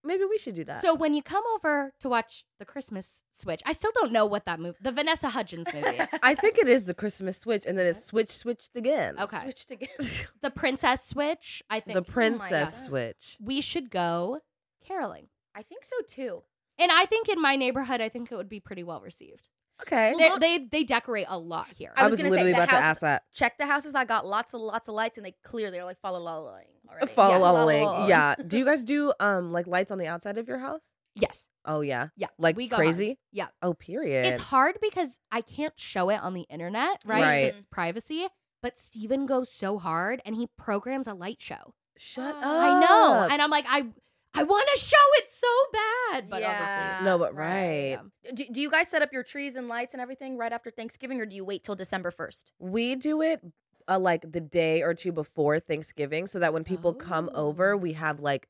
Speaker 3: maybe we should do that.
Speaker 2: So when you come over to watch the Christmas switch, I still don't know what that movie, the Vanessa Hudgens movie,
Speaker 3: I think it is the Christmas switch, and then it's switch switched again.
Speaker 2: Okay. Oh
Speaker 4: switched again.
Speaker 2: the Princess Switch. I think
Speaker 3: the princess
Speaker 4: God.
Speaker 3: switch.
Speaker 2: we should go caroling,
Speaker 4: I think so too.
Speaker 2: and I think in my neighborhood, I think it would be pretty well received.
Speaker 3: Okay,
Speaker 2: They they, they decorate a lot here.
Speaker 4: I
Speaker 3: I
Speaker 4: was
Speaker 3: was,
Speaker 4: gonna say,
Speaker 3: literally
Speaker 4: the
Speaker 3: about to
Speaker 4: house is-
Speaker 3: ask that.
Speaker 4: Check the houses that got lots and lots of lights, and they clear. They're like follow la la already.
Speaker 3: Follow
Speaker 4: Yeah,
Speaker 3: all the link.
Speaker 4: la-la-la-ing.
Speaker 3: Yeah. Do you guys do um like lights on the outside of your house?
Speaker 2: yes,
Speaker 3: Oh yeah.
Speaker 2: yeah,
Speaker 3: Like
Speaker 2: we go hard.
Speaker 3: crazy.
Speaker 2: Yeah.
Speaker 3: Oh period.
Speaker 2: It's hard because I can't show it on the internet, right?
Speaker 3: Right.
Speaker 2: Because privacy. But Steven goes so hard, and he programs a light show.
Speaker 3: Shut
Speaker 4: Oh.
Speaker 3: up.
Speaker 2: I know, and I'm like, I I want to show it so bad, but
Speaker 4: Yeah.
Speaker 2: obviously,
Speaker 3: no, but
Speaker 4: Right.
Speaker 3: right.
Speaker 2: yeah.
Speaker 4: Do, do you guys set up your trees and lights and everything right after Thanksgiving, or do you wait till December first?
Speaker 3: We do it uh, like the day or two before Thanksgiving, so that when people come over,
Speaker 2: Oh.
Speaker 3: we have like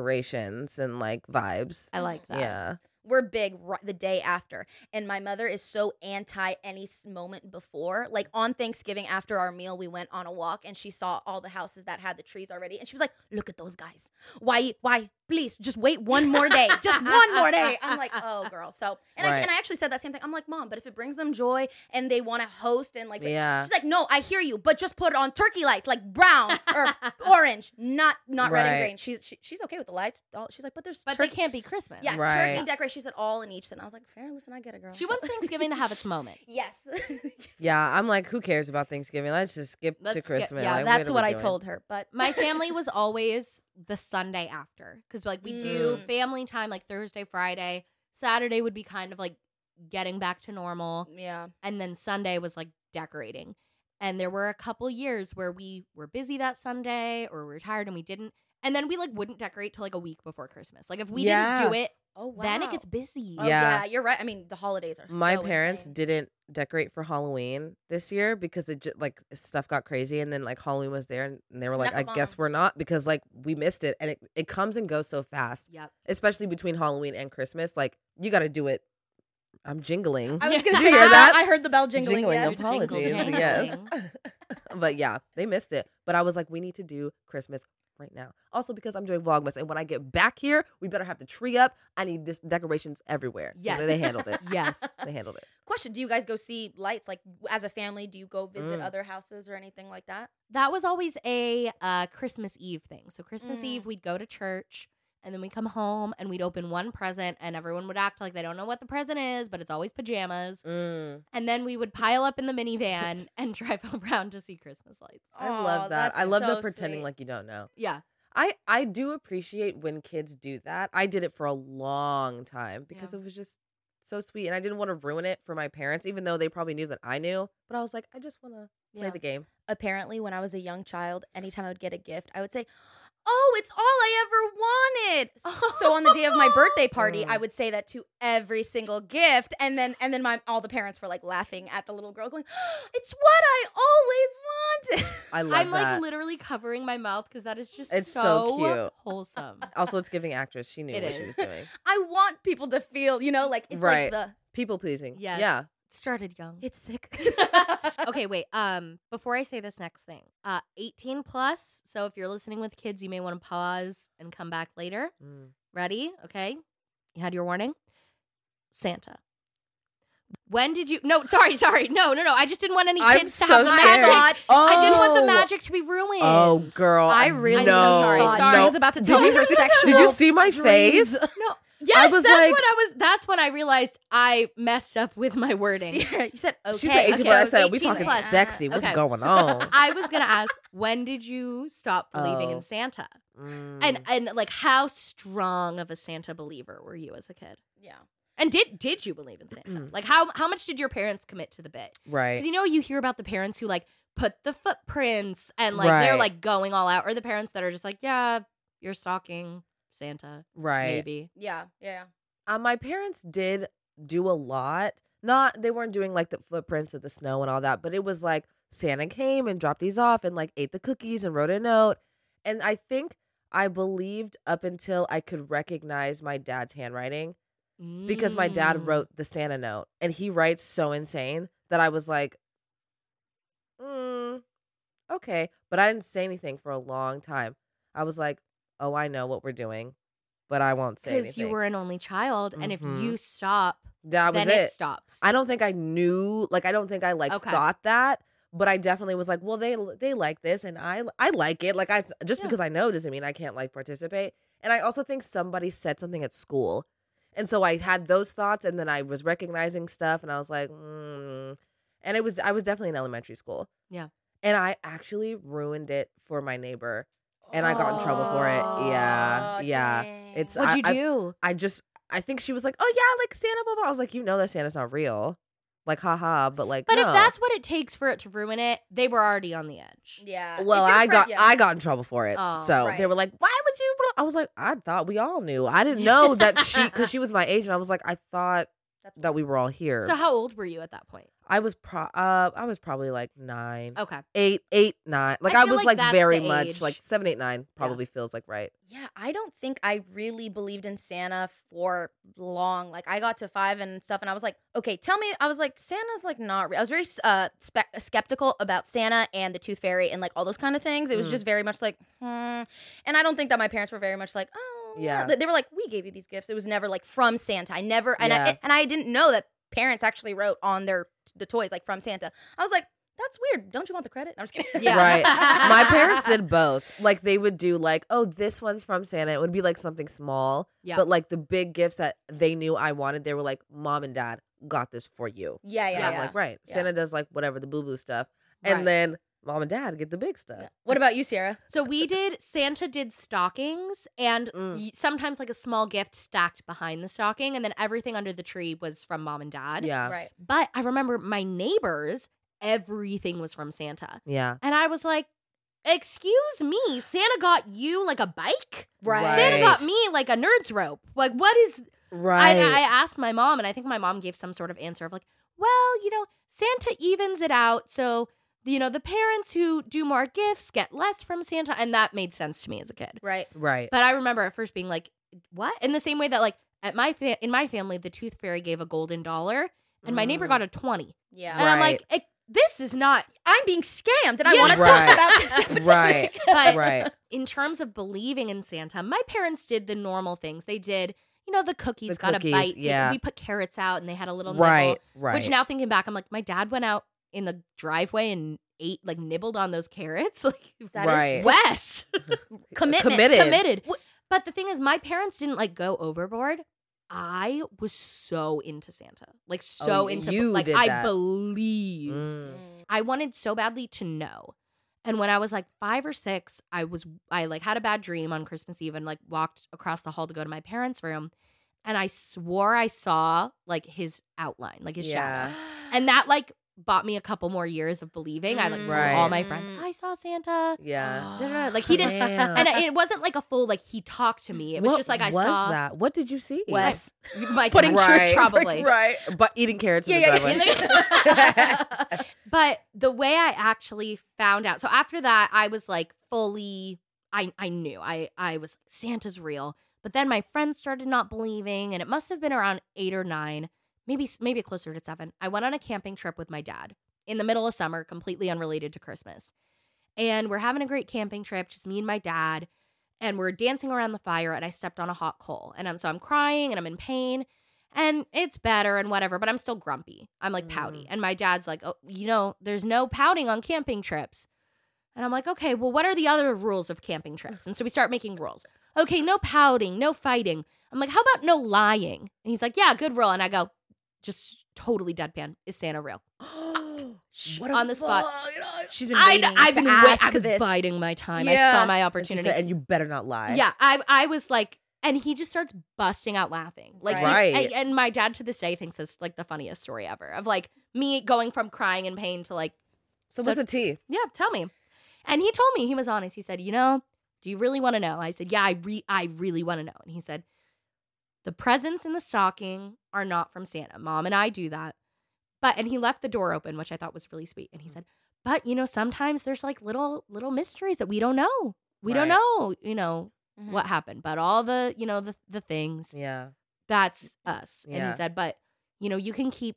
Speaker 3: decorations and like vibes.
Speaker 2: I like that.
Speaker 3: Yeah.
Speaker 4: We're big ri- the day after, and my mother is so anti any s- moment before. Like on Thanksgiving after our meal, we went on a walk and she saw all the houses that had the trees already, and she was like, "Look at those guys! Why? Why? Please, just wait one more day, just one more day." I'm like, "Oh, girl." So, and I,
Speaker 3: Right.
Speaker 4: and I actually said that same thing. I'm like, "Mom, but if it brings them joy and they want to host and like the-
Speaker 3: yeah.
Speaker 4: She's like, no, I hear you, but just put it on turkey lights, like brown or orange, not not red and
Speaker 3: Right.
Speaker 4: green. She's she, she's okay with the lights. All- She's like, but there's
Speaker 2: But they
Speaker 4: turkey.
Speaker 2: can't be Christmas.
Speaker 4: Yeah,
Speaker 3: Right.
Speaker 4: turkey decoration. She said all in each. And I was like, fair, listen, I get it, girl.
Speaker 2: She
Speaker 4: So-
Speaker 2: wants Thanksgiving to have its moment.
Speaker 4: yes. Yes.
Speaker 3: Yeah, I'm like, who cares about Thanksgiving? Let's just skip
Speaker 2: Let's
Speaker 3: to
Speaker 2: skip-
Speaker 3: Christmas.
Speaker 2: yeah,
Speaker 3: Like,
Speaker 4: that's
Speaker 3: are
Speaker 4: what
Speaker 3: we
Speaker 4: I
Speaker 3: doing?
Speaker 4: told her. But
Speaker 2: My family was always the Sunday after because, like, we do
Speaker 4: Mm.
Speaker 2: family time like Thursday, Friday. Saturday would be kind of like getting back to normal.
Speaker 4: yeah,
Speaker 2: And then Sunday was like decorating. And there were a couple years where we were busy that Sunday or we were tired and we didn't. And then we like wouldn't decorate till like a week before Christmas. Like, if we didn't do it,
Speaker 4: oh wow.
Speaker 2: then it gets busy.
Speaker 4: Oh,
Speaker 3: Yeah.
Speaker 4: yeah. You're right. I mean, the holidays are.
Speaker 3: My
Speaker 4: so
Speaker 3: parents
Speaker 4: insane.
Speaker 3: didn't decorate for Halloween this year because it just like stuff got crazy, and then like Halloween was there, and they were like,
Speaker 4: Snuck a
Speaker 3: I guess
Speaker 4: bomb.
Speaker 3: we're not because like we missed it, and it it comes and goes so fast,
Speaker 2: Yep.
Speaker 3: especially between Halloween and Christmas. Like you got to do it. I'm jingling.
Speaker 4: I was gonna
Speaker 3: Did
Speaker 4: say
Speaker 3: you hear
Speaker 4: that.
Speaker 3: that?
Speaker 4: I heard the bell jingling. yes.
Speaker 2: Jingle,
Speaker 3: apologies.
Speaker 2: jangling.
Speaker 3: yes. but yeah, they missed it. But I was like, we need to do Christmas right now. Also because I'm doing Vlogmas, and when I get back here, we better have the tree up. I need dis- decorations everywhere. So
Speaker 2: Yes.
Speaker 3: they handled it.
Speaker 2: Yes.
Speaker 3: They handled it.
Speaker 4: Question: Do you guys go see lights? Like, as a family, do you go visit
Speaker 3: Mm.
Speaker 4: other houses or anything like that?
Speaker 2: that was always a uh, Christmas Eve thing. So Christmas
Speaker 4: Mm.
Speaker 2: Eve, we'd go to church and then we'd come home and we'd open one present and everyone would act like they don't know what the present is, but it's always pajamas.
Speaker 3: Mm.
Speaker 2: And then we would pile up in the minivan and drive around to see Christmas lights.
Speaker 3: I
Speaker 4: Aw,
Speaker 3: love that. I
Speaker 4: that's
Speaker 3: love the
Speaker 4: so
Speaker 3: pretending
Speaker 4: sweet.
Speaker 3: like you don't know.
Speaker 2: Yeah.
Speaker 3: I I do appreciate when kids do that. I did it for a long time because it was just so sweet, and I didn't want to ruin it for my parents, even though they probably knew that I knew. But I was like, I just want to play
Speaker 2: Yeah.
Speaker 3: the game.
Speaker 4: apparently when I was a young child, anytime I would get a gift, I would say, Oh, it's all I ever wanted. S- So on the day of my birthday party, I
Speaker 3: Mm.
Speaker 4: would say that to every single gift. And then and then my all the parents were like laughing at the little girl going, "Oh, It's what I always wanted.
Speaker 3: I love
Speaker 2: I'm
Speaker 3: that.
Speaker 2: like literally covering my mouth because that is just
Speaker 3: It's so cute.
Speaker 2: wholesome.
Speaker 3: also, it's giving actress. She knew
Speaker 2: It
Speaker 3: what
Speaker 2: is.
Speaker 3: she was doing.
Speaker 4: I want people to feel, you know, like it's
Speaker 3: Right.
Speaker 4: like
Speaker 3: People pleasing.
Speaker 2: Yes.
Speaker 3: Yeah.
Speaker 2: Started young.
Speaker 4: the it's sick.
Speaker 2: okay, wait. Um, before I say this next thing, uh, 18 plus. So if you're listening with kids, you may want to pause and come back later.
Speaker 3: Mm.
Speaker 2: Ready? Okay. You had your warning. Santa. When did you? No, sorry, sorry. No, no, no. I just didn't want any
Speaker 3: I'm
Speaker 2: kids to
Speaker 3: so
Speaker 2: have the
Speaker 3: scared.
Speaker 2: magic.
Speaker 3: Oh,
Speaker 2: I didn't want the magic to be ruined.
Speaker 3: Oh, girl.
Speaker 4: I really
Speaker 2: I'm so
Speaker 3: no,
Speaker 2: sorry.
Speaker 4: thought
Speaker 2: Sorry.
Speaker 4: Oh, she
Speaker 3: no.
Speaker 4: was about to
Speaker 3: Did
Speaker 4: tell
Speaker 3: you
Speaker 4: me her
Speaker 3: see-
Speaker 4: sexual.
Speaker 3: Did you see my
Speaker 4: dreams.
Speaker 3: face?
Speaker 2: no. Yes,
Speaker 3: was
Speaker 2: that's
Speaker 3: like-
Speaker 2: when I was. That's when I realized I messed up with my wording.
Speaker 4: you said okay.
Speaker 3: She's like,
Speaker 4: okay,
Speaker 3: 18 plus. I
Speaker 4: okay,
Speaker 3: said, we
Speaker 2: 18
Speaker 3: talking
Speaker 2: plus.
Speaker 3: sexy. What's
Speaker 2: Okay.
Speaker 3: going on?
Speaker 2: I was gonna ask, when did you stop believing
Speaker 3: Oh.
Speaker 2: in Santa?
Speaker 3: Mm.
Speaker 2: And and like, how strong of a Santa believer were you as a kid?
Speaker 4: Yeah.
Speaker 2: And did did you believe in
Speaker 3: Hmm.
Speaker 2: Santa? like how how much did your parents commit to the bit?
Speaker 3: Right.
Speaker 2: Because you know you hear about the parents who like put the footprints and like they're
Speaker 3: Right.
Speaker 2: like going all out, or the parents that are just like, yeah, you're stalking Santa,
Speaker 3: right.
Speaker 2: maybe.
Speaker 4: Yeah, yeah.
Speaker 3: Uh, my parents did do a lot. Not they weren't doing like the footprints of the snow and all that, but it was like Santa came and dropped these off and like ate the cookies and wrote a note. And I think I believed up until I could recognize my dad's handwriting because my dad
Speaker 2: Mm.
Speaker 3: wrote the Santa note and he writes so insane that I was like, mm, okay. But I didn't say anything for a long time. I was like, oh, I know what we're doing, but I won't say
Speaker 2: because
Speaker 3: anything.
Speaker 2: you were an only child, and if
Speaker 3: Mhm.
Speaker 2: you stop,
Speaker 3: that was
Speaker 2: then
Speaker 3: it.
Speaker 2: it stops.
Speaker 3: I don't think I knew. Like I don't think I like
Speaker 2: Okay.
Speaker 3: thought that, but I definitely was like, well, they they like this, and I I like it. Like I just
Speaker 2: Yeah.
Speaker 3: because I know doesn't mean I can't like participate. And I also think somebody said something at school, and so I had those thoughts, and then I was recognizing stuff, and I was like, mm. and it was I was definitely in elementary school.
Speaker 2: Yeah.
Speaker 3: and I actually ruined it for my neighbor, and I got in trouble for it. Yeah,
Speaker 4: Oh,
Speaker 3: yeah.
Speaker 4: dang.
Speaker 3: It's
Speaker 2: What'd
Speaker 3: I-
Speaker 2: you
Speaker 3: I-
Speaker 2: do?
Speaker 3: I just I think she was like, "Oh yeah, like Santa blah blah." I was like, "You know that Santa's not real." Like, haha, but like
Speaker 2: But
Speaker 3: no.
Speaker 2: if that's what it takes for it to ruin it, they were already on the edge.
Speaker 4: yeah.
Speaker 3: well,
Speaker 4: If you're
Speaker 3: I
Speaker 4: fri-
Speaker 3: got
Speaker 4: yeah.
Speaker 3: I got in trouble for it.
Speaker 2: Oh,
Speaker 3: so they
Speaker 4: right.
Speaker 3: were like, "Why would you?" blah-" I was like, "I thought we all knew. I didn't know that she because she was my age, and I was like, I thought
Speaker 4: That's
Speaker 3: that we were all here."
Speaker 2: So how old were you at that point?
Speaker 3: I was pro uh I was probably like nine,
Speaker 2: Okay.
Speaker 3: eight, eight, nine. Like
Speaker 2: Oh. I
Speaker 3: I,
Speaker 2: feel
Speaker 3: was
Speaker 2: like
Speaker 3: like,
Speaker 2: that's
Speaker 3: very
Speaker 2: the
Speaker 3: much
Speaker 2: age.
Speaker 3: like seven, eight, nine. Probably feels like right.
Speaker 4: Yeah, I don't think I really believed in Santa for long. Like I got to five and stuff, and I was like, okay, tell me. I was like, Santa's like not. Re-. I was very uh, spe- skeptical about Santa and the Tooth Fairy and like all those kind of things. It was
Speaker 3: Mm.
Speaker 4: just very much like, hmm. And I don't think that my parents were very much like, oh yeah.
Speaker 3: Yeah.
Speaker 4: They- They were like, we gave you these gifts. It was never like from Santa. I never and
Speaker 3: Yeah.
Speaker 4: I and I didn't know that parents actually wrote on their the toys like from Santa. I was like, that's weird. Don't you want the credit? I'm just kidding.
Speaker 2: Yeah.
Speaker 3: Right. My parents did both. Like they would do like, oh, this one's from Santa. It would be like something small.
Speaker 2: Yeah.
Speaker 3: But like the big gifts that they knew I wanted, they were like, Mom and Dad got this for you.
Speaker 4: Yeah,
Speaker 3: And
Speaker 4: yeah,
Speaker 3: I'm
Speaker 4: yeah.
Speaker 3: like, right.
Speaker 4: Yeah.
Speaker 3: Santa does like whatever the boo boo stuff.
Speaker 2: Right.
Speaker 3: And then mom and dad get the big stuff.
Speaker 4: yeah. What about you, Sarah?
Speaker 2: So we did Santa did stockings and
Speaker 3: Mm.
Speaker 2: y- sometimes like a small gift stacked behind the stocking and then everything under the tree was from mom and dad.
Speaker 3: Yeah.
Speaker 4: Right.
Speaker 2: But I remember my neighbors everything was from Santa.
Speaker 3: Yeah.
Speaker 2: And I was like, "Excuse me, Santa got you like a bike?
Speaker 3: Right.
Speaker 2: Santa got me like a nerd's rope. Like what is
Speaker 3: Right.
Speaker 2: I, I asked my mom, and I think my mom gave some sort of answer of like, well, you know, Santa evens it out. So, you know, the parents who do more gifts get less from Santa. And that made sense to me as a kid.
Speaker 4: Right.
Speaker 3: right.
Speaker 2: But I remember at first being like, what? In the same way that, like, at my fa- in my family, the tooth fairy gave a golden dollar, and my neighbor
Speaker 3: Mm.
Speaker 2: got a 20.
Speaker 4: Yeah.
Speaker 2: And I'm like, "Eh, this is not.
Speaker 4: I'm being scammed, and I
Speaker 2: Yeah.
Speaker 4: want to
Speaker 3: Right.
Speaker 4: talk about this. epidemic.
Speaker 3: Right.
Speaker 2: But
Speaker 3: right.
Speaker 2: in terms of believing in Santa, my parents did the normal things. They did, you know, the cookies
Speaker 3: The
Speaker 2: got
Speaker 3: cookies,
Speaker 2: a bite. taken-
Speaker 3: yeah.
Speaker 2: We put carrots out, and they had a little nibble.
Speaker 3: Right. Right.
Speaker 2: Which now thinking back, I'm like, my dad went out in the driveway and ate, like nibbled on those carrots. Like
Speaker 4: That
Speaker 3: Right.
Speaker 4: is
Speaker 2: West
Speaker 4: commitment.
Speaker 3: Committed.
Speaker 2: committed.
Speaker 4: What-
Speaker 2: But the thing is, my parents didn't like go overboard. I was so into Santa, like so
Speaker 3: Oh, y-
Speaker 2: into
Speaker 3: you
Speaker 2: like
Speaker 3: did
Speaker 2: I
Speaker 3: that.
Speaker 2: believe.
Speaker 3: Mm.
Speaker 2: I wanted so badly to know. And when I was like five or six, I was I like had a bad dream on Christmas Eve and like walked across the hall to go to my parents' room, and I swore I saw like his outline, like his shadow.
Speaker 3: Yeah.
Speaker 2: And that like bought me a couple more years of believing. I like told
Speaker 3: Mm, Right.
Speaker 2: all my friends, I saw Santa. Da,
Speaker 3: Yeah.
Speaker 2: da, da. Like he didn't
Speaker 3: Damn.
Speaker 2: and it wasn't like a full like he talked to me. It was
Speaker 3: What
Speaker 2: just like I
Speaker 3: was
Speaker 2: saw
Speaker 3: that? What did you see?
Speaker 2: Wes. my
Speaker 3: Putting
Speaker 2: dad,
Speaker 3: right.
Speaker 2: probably.
Speaker 3: Right. But eating carrots in the
Speaker 4: Yeah, yeah,
Speaker 3: driveway.
Speaker 4: yeah.
Speaker 2: But the way I actually found out, so after that, I was like fully, I, I knew, I, I was Santa's real. But then my friends started not believing, and it must have been around eight or nine, maybe maybe closer to seven. I went on a camping trip with my dad in the middle of summer, completely unrelated to Christmas. And we're having a great camping trip, just me and my dad, and we're dancing around the fire. And I stepped on a hot coal, and I'm so I'm crying and I'm in pain, and it's better and whatever, but I'm still grumpy. I'm like pouty,
Speaker 4: Mm.
Speaker 2: and my dad's like, "Oh, you know, there's no pouting on camping trips." And I'm like, "Okay, well, what are the other rules of camping trips?" And so we start making rules. Okay, no pouting, no fighting. I'm like, "How about no lying?" And he's like, "Yeah, good rule." And I go, just totally deadpan. Is Santa real?
Speaker 3: what
Speaker 2: on the spot.
Speaker 4: She's been
Speaker 2: I,
Speaker 4: waiting
Speaker 2: I've
Speaker 4: to
Speaker 2: been wait-
Speaker 4: ask
Speaker 2: I was
Speaker 4: this.
Speaker 2: biding my time. I
Speaker 3: Yeah.
Speaker 2: saw my
Speaker 3: And she
Speaker 2: opportunity.
Speaker 3: said, and you better not lie.
Speaker 2: yeah, I I was like, and he just starts busting out laughing. Like, he-
Speaker 3: Right.
Speaker 2: and, and my dad to this day thinks it's like the funniest story ever of like me going from crying in pain to like,
Speaker 3: So what's the tea?
Speaker 2: yeah, tell me. And he told me he was honest. He said, "You know, do you really want to know?" I said, "Yeah, I re- I really want to know." And he said, "The presents in the stocking are not from Santa. Mom and I do that." But and he left the door open, which I thought was really sweet. And
Speaker 3: Mm-hmm.
Speaker 2: he said, "But you know, sometimes there's like little little mysteries that we don't know. We don't
Speaker 3: Right. Mm-hmm.
Speaker 2: know, you know,
Speaker 4: Mhm.
Speaker 2: what happened, but all the, you know, the the things
Speaker 3: Yeah.
Speaker 2: that's us. And
Speaker 3: Yeah.
Speaker 2: he said, but you know, you can keep,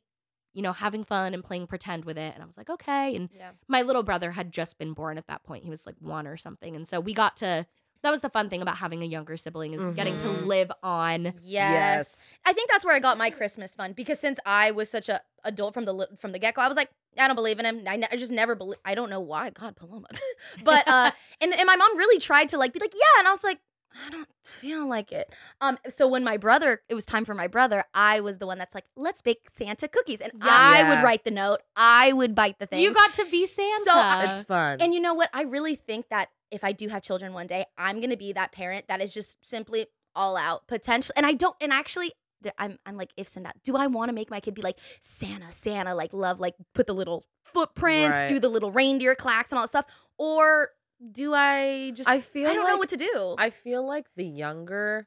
Speaker 2: you know, having fun and playing pretend with it. And I was like, okay. And
Speaker 4: Yeah.
Speaker 2: my little brother had just been born at that point. He was like one or something. And so we got to, that was the fun thing about having a younger sibling is getting to
Speaker 4: Mhm.
Speaker 2: live on.
Speaker 4: Yes.
Speaker 3: Yes.
Speaker 4: I think that's where I got my Christmas fun because since I was such a adult from the li- from the get go, I was like, I don't believe in him. I, ne- I just never believe. I don't know why. God, Paloma. but uh, and and my mom really tried to like be like, yeah, and I was like. I don't feel like it. Um. So when my brother, it was time for my brother. I was the one that's like, let's bake Santa cookies, and
Speaker 2: Yeah.
Speaker 4: I
Speaker 3: Yeah.
Speaker 4: would write the note. I would bite the thing.
Speaker 2: You got to be Santa.
Speaker 3: it's fun.
Speaker 4: uh, And you know what? I really think that if I do have children one day, I'm going to be that parent that is just simply all out potential. And I don't, and actually, th- I'm, I'm like ifs and that. Do I want to make my kid be like Santa, Santa, like love, like put the little footprints,
Speaker 3: Right.
Speaker 4: do the little reindeer clacks and all that stuff, or do I just?
Speaker 3: I feel
Speaker 4: I don't know
Speaker 3: like-
Speaker 4: what to do.
Speaker 3: I feel like the younger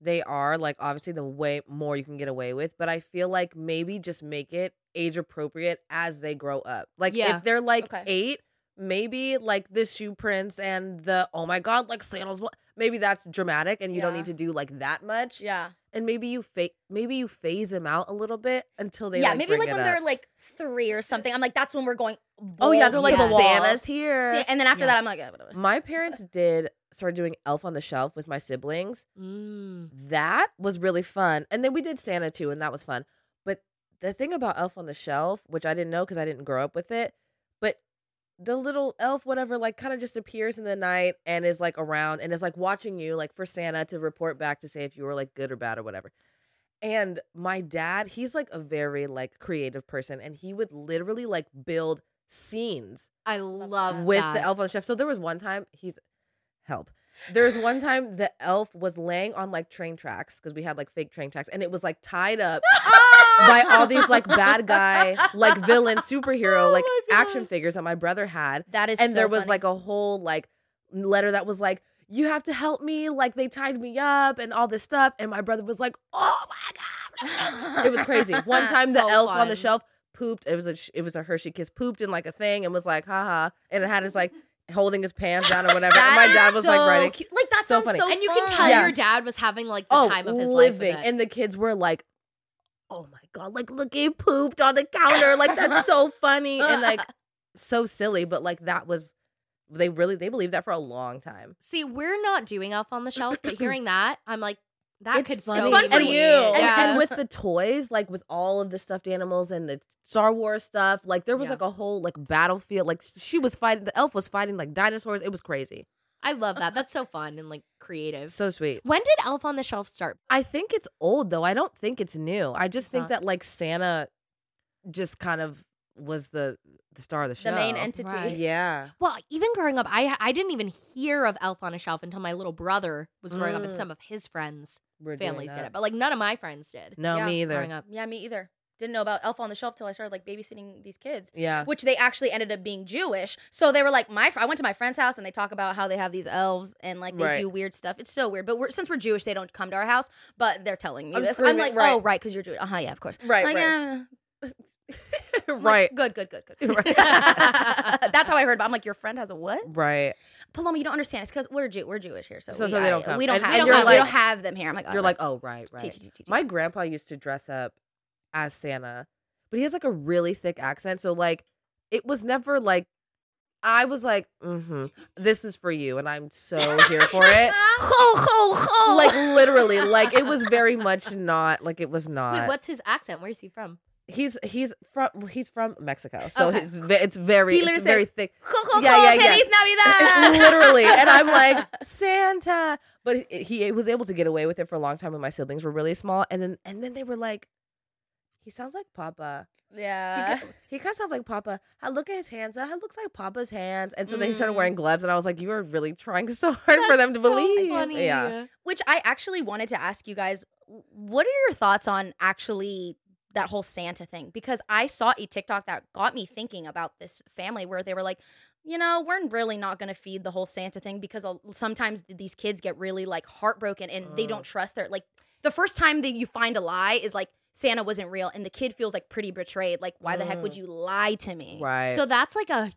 Speaker 3: they are, like obviously the way more you can get away with, but I feel like maybe just make it age appropriate as they grow up. Like
Speaker 2: Yeah.
Speaker 3: if they're like
Speaker 4: Okay.
Speaker 3: 8, maybe like the shoe prints and the oh my god, like sandals what maybe that's dramatic and you don't
Speaker 4: Yeah.
Speaker 3: need to do like that much.
Speaker 4: yeah,
Speaker 3: And maybe you fa- maybe you phase them out a little bit until they
Speaker 4: yeah,
Speaker 3: like,
Speaker 4: maybe
Speaker 3: bring
Speaker 4: like
Speaker 3: it
Speaker 4: when
Speaker 3: up.
Speaker 4: they're like three or something. I'm like, that's when we're going.
Speaker 3: Oh yeah,
Speaker 4: balls
Speaker 3: they're like
Speaker 4: to the walls.
Speaker 3: Santa's here.
Speaker 4: Sa- and then after
Speaker 2: Yeah.
Speaker 4: that, I'm like, eh, whatever.
Speaker 3: My parents did start doing Elf on the Shelf with my siblings
Speaker 2: Mm.
Speaker 3: that was really fun. And then we did Santa too, and that was fun. But the thing about Elf on the Shelf, which I didn't know because I didn't grow up with it, but the little elf, whatever, like kind of just appears in the night and is like around and is like watching you, like for Santa to report back to say if you were like good or bad or whatever. And my dad, he's like a very like creative person, and he would literally like build scenes
Speaker 2: I love
Speaker 3: with
Speaker 2: that.
Speaker 3: the elf on the chef. So there was one time he's help. There was one time the elf was laying on like train tracks because we had like fake train tracks and it was like tied up by all these like bad guy, like villain superhero,
Speaker 2: Oh
Speaker 3: like
Speaker 2: my God.
Speaker 3: action figures that my brother had.
Speaker 4: That is,
Speaker 3: and
Speaker 4: so
Speaker 3: there was
Speaker 4: funny.
Speaker 3: like a whole like letter that was like, you have to help me. Like they tied me up and all this stuff. And my brother was like, oh my God. It was crazy. One time
Speaker 2: So
Speaker 3: the elf on the
Speaker 2: fun.
Speaker 3: shelf pooped. It was a it was a Hershey kiss pooped in like a thing and was like haha and it had his like holding his pants down or whatever. and
Speaker 4: That
Speaker 3: my
Speaker 4: is
Speaker 3: dad was like
Speaker 4: so
Speaker 3: writing.
Speaker 4: cute. Like that
Speaker 3: So
Speaker 4: sounds
Speaker 3: funny.
Speaker 4: so
Speaker 2: and you can
Speaker 4: fun.
Speaker 2: tell
Speaker 3: Yeah.
Speaker 2: your dad was having like the
Speaker 3: Oh,
Speaker 2: time of his
Speaker 3: living.
Speaker 2: life. With it.
Speaker 3: And the kids were like, "Oh my god, like look it pooped on the counter. Like that's so funny and like so silly, but like that was they really they believed that for a long time.
Speaker 2: See, we're not doing Elf on the Shelf, but hearing that, I'm like, that
Speaker 3: It's
Speaker 2: could
Speaker 3: funny.
Speaker 2: so
Speaker 4: It's fun
Speaker 2: be
Speaker 4: for
Speaker 2: me.
Speaker 4: you.
Speaker 3: And,
Speaker 2: Yeah.
Speaker 3: and with the toys, like with all of the stuffed animals and the Star Wars stuff, like there was
Speaker 2: Yeah.
Speaker 3: like a whole like battlefield. Like she was fighting, the elf was fighting like dinosaurs. It was crazy.
Speaker 2: I love that. That's so fun and like creative.
Speaker 3: So sweet.
Speaker 2: when did Elf on the Shelf start?
Speaker 3: I think it's old though. I don't think it's new. I just
Speaker 2: It's
Speaker 3: think
Speaker 2: not.
Speaker 3: that like Santa just kind of was the the star of the show.
Speaker 4: the main entity.
Speaker 2: Right.
Speaker 3: Yeah.
Speaker 2: Well, even growing up, I I didn't even hear of Elf on a Shelf until my little brother was growing up, and
Speaker 3: Mm.
Speaker 2: some of his friends'
Speaker 3: We're doing
Speaker 2: families did
Speaker 3: that.
Speaker 2: it, but like none of my friends did.
Speaker 3: No,
Speaker 4: Yeah,
Speaker 3: me
Speaker 2: Growing
Speaker 3: either.
Speaker 2: up,
Speaker 4: Yeah, me either. Didn't know about Elf on the Shelf till I started like babysitting these kids,
Speaker 3: Yeah.
Speaker 4: which they actually ended up being Jewish. So they were like, my fr- I went to my friend's house and they talk about how they have these elves and like they
Speaker 3: Right.
Speaker 4: do weird stuff. It's so weird. But we're, since we're Jewish, they don't come to our house. But they're telling me
Speaker 3: I'm
Speaker 4: this. I'm
Speaker 3: screaming,
Speaker 4: like,
Speaker 3: right.
Speaker 4: oh right, because you're Jewish. Uh huh. Yeah, of course.
Speaker 3: Right,
Speaker 4: Like,
Speaker 3: right.
Speaker 4: yeah. I'm like,
Speaker 3: right.
Speaker 4: good. Good. Good. Good.
Speaker 3: Right.
Speaker 4: That's how I heard. But I'm like, your friend has a what?
Speaker 3: Right.
Speaker 4: Paloma, you don't understand. It's because we're Jew. We're Jewish here, so,
Speaker 3: So-
Speaker 4: we,
Speaker 3: so they
Speaker 4: I-
Speaker 3: don't come.
Speaker 4: We don't
Speaker 3: And-
Speaker 4: have.
Speaker 2: and
Speaker 4: we
Speaker 2: you're
Speaker 4: don't have- we
Speaker 2: like-
Speaker 4: don't have them here. I'm like, oh,
Speaker 3: You're
Speaker 4: right.
Speaker 3: like, "Oh, right,
Speaker 4: T-
Speaker 3: right."
Speaker 4: t- t- t-
Speaker 3: My grandpa used to dress up as Santa, but he has like a really thick accent. So like, it was never like, I was like, mm-hmm, this is for you, and I'm so here for it.
Speaker 4: ho ho ho.
Speaker 3: "Oh, like literally, like it was very much not like it was not.
Speaker 2: wait, what's his accent? Where's he from?
Speaker 3: He's he's from he's from Mexico, so
Speaker 2: Okay.
Speaker 3: it's ve- it's very
Speaker 4: He
Speaker 3: it's
Speaker 4: literally said,
Speaker 3: very thick.
Speaker 4: ho ho
Speaker 3: Yeah,
Speaker 4: ho.
Speaker 3: yeah, yeah.
Speaker 4: Feliz Navidad.
Speaker 3: literally and i'm like santa but he, he was able to get away with it for a long time when my siblings were really small and then and then they were like He sounds like Papa.
Speaker 4: Yeah.
Speaker 3: He kind of sounds like Papa. I look at his hands. I looks like Papa's hands. And so they started wearing
Speaker 2: Mm.
Speaker 3: gloves, and I was like, "You are really trying so hard for them to believe." Yeah.
Speaker 4: Which I actually wanted to ask you guys what are your thoughts on actually that whole Santa thing? Because I saw a TikTok that got me thinking about this family where they were like, you know, we're really not going to feed the whole Santa thing because a- sometimes th- these kids get really like heartbroken and they don't trust their like the first time that you find a lie is like Santa wasn't real and the kid feels like pretty betrayed. Like, why the heck would you lie to me?
Speaker 3: Right.
Speaker 2: So that's like a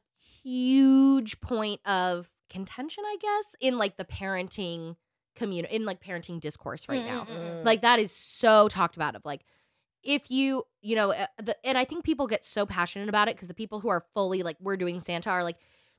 Speaker 2: huge point of contention, I guess, in like the parenting community, in like parenting discourse right now.
Speaker 3: Mm.
Speaker 4: Mm-mm-mm.
Speaker 2: Like that is so talked about of like if you, you know, uh, the, and I think people get so passionate about it because the people who are fully like we're doing Santa are like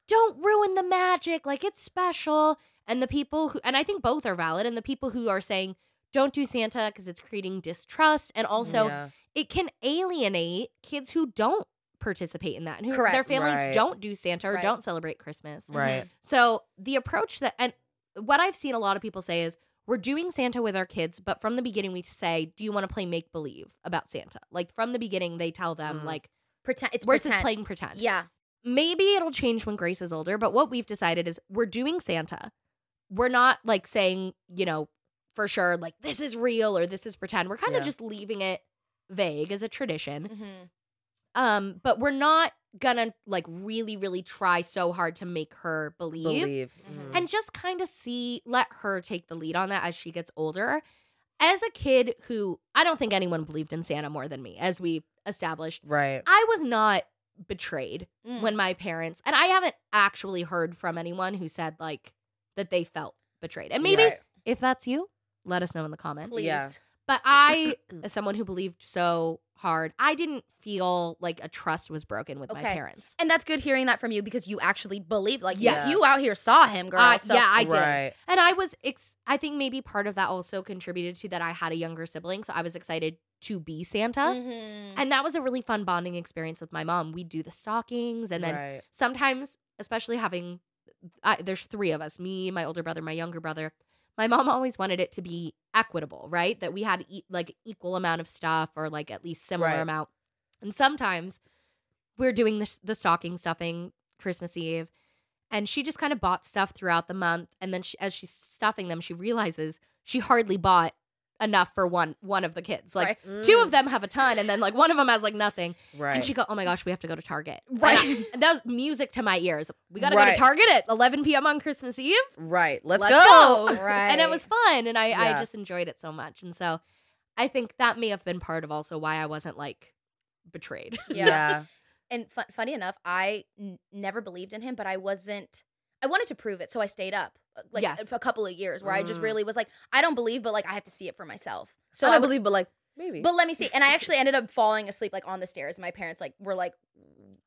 Speaker 2: don't ruin the magic, like it's special. And the people who and I think both are valid and the people who are saying don't do Santa because it's creating distrust and also
Speaker 3: Yeah.
Speaker 2: it can alienate kids who don't participate in that and who their
Speaker 4: Correct.
Speaker 2: families
Speaker 3: Right.
Speaker 2: don't do Santa or
Speaker 4: Right.
Speaker 2: don't celebrate Christmas.
Speaker 3: right.
Speaker 2: So the approach that and what I've seen a lot of people say is we're doing Santa with our kids, but from the beginning we say, do you want to play make believe about Santa? Like from the beginning they tell them
Speaker 3: Mm.
Speaker 2: like
Speaker 4: Pretend it's
Speaker 2: we're just
Speaker 4: pretend.
Speaker 2: playing pretend.
Speaker 4: Yeah.
Speaker 2: Maybe it'll change when Grace is older, but what we've decided is we're doing Santa. We're not like saying, you know, for sure like this is real or this is pretend. We're kind
Speaker 3: Yeah.
Speaker 2: of just leaving it vague as a tradition
Speaker 4: Mm-hmm.
Speaker 2: um but we're not gonna like really really try so hard to make her believe,
Speaker 3: Believe. Mm.
Speaker 4: Mhm.
Speaker 2: and just kind of see let her take the lead on that as she gets older as a kid who i don't think anyone believed in santa more than me as we established
Speaker 3: right.
Speaker 2: i was not betrayed
Speaker 4: Mm.
Speaker 2: when my parents and i haven't actually heard from anyone who said like that they felt betrayed and maybe
Speaker 3: Right.
Speaker 2: if that's you let us know in the comments
Speaker 4: Please.
Speaker 3: Yeah.
Speaker 2: but I, as someone who believed so hard, I didn't feel like a trust was broken with my
Speaker 4: Okay.
Speaker 2: parents.
Speaker 4: And that's good hearing that from you because you actually believe, like,
Speaker 2: Yes.
Speaker 4: you, you out here saw him, girl.
Speaker 2: Uh,
Speaker 4: so-
Speaker 2: yeah, I did.
Speaker 3: right.
Speaker 2: And I was, ex- I think maybe part of that also contributed to that I had a younger sibling. So I was excited to be Santa.
Speaker 4: Mhm.
Speaker 2: And that was a really fun bonding experience with my mom. We'd do the stockings and then
Speaker 3: right.
Speaker 2: sometimes, especially having, I, there's three of us me, my older brother, my younger brother. My mom always wanted it to be equitable, right? That we had e- like equal amount of stuff or like at least similar
Speaker 3: Right.
Speaker 2: amount. And sometimes we're doing the, the stocking stuffing Christmas Eve. And she just kind of bought stuff throughout the month. And then she, as she's stuffing them, she realizes she hardly bought enough for one one of the kids. Like two
Speaker 3: Mm.
Speaker 2: of them have a ton, and then like one of them has like nothing.
Speaker 3: Right.
Speaker 2: And she go, "Oh my gosh, we have to go to Target."
Speaker 4: Right.
Speaker 2: And I- that was music to my ears. We got to go
Speaker 3: Right.
Speaker 2: to Target at 11 p.m. on Christmas Eve.
Speaker 3: right. Let's,
Speaker 2: Let's
Speaker 3: go.
Speaker 2: go.
Speaker 4: Right.
Speaker 2: And it was fun, and I
Speaker 3: Yeah.
Speaker 2: I just enjoyed it so much. And so, I think that may have been part of also why I wasn't like betrayed.
Speaker 4: Yeah.
Speaker 3: Yeah.
Speaker 4: And fu- funny enough, I n- never believed in him, but I wasn't. I wanted to prove it, so I stayed up uh, like
Speaker 2: Yes.
Speaker 4: a- for a couple of years where I just
Speaker 3: Mm.
Speaker 4: really was like, I don't believe, but like I have to see it for myself. So
Speaker 3: I
Speaker 4: I,
Speaker 3: don't believe,
Speaker 4: believe,
Speaker 3: but like maybe.
Speaker 4: but let me see. And I actually ended up falling asleep like on the stairs. My parents like were like,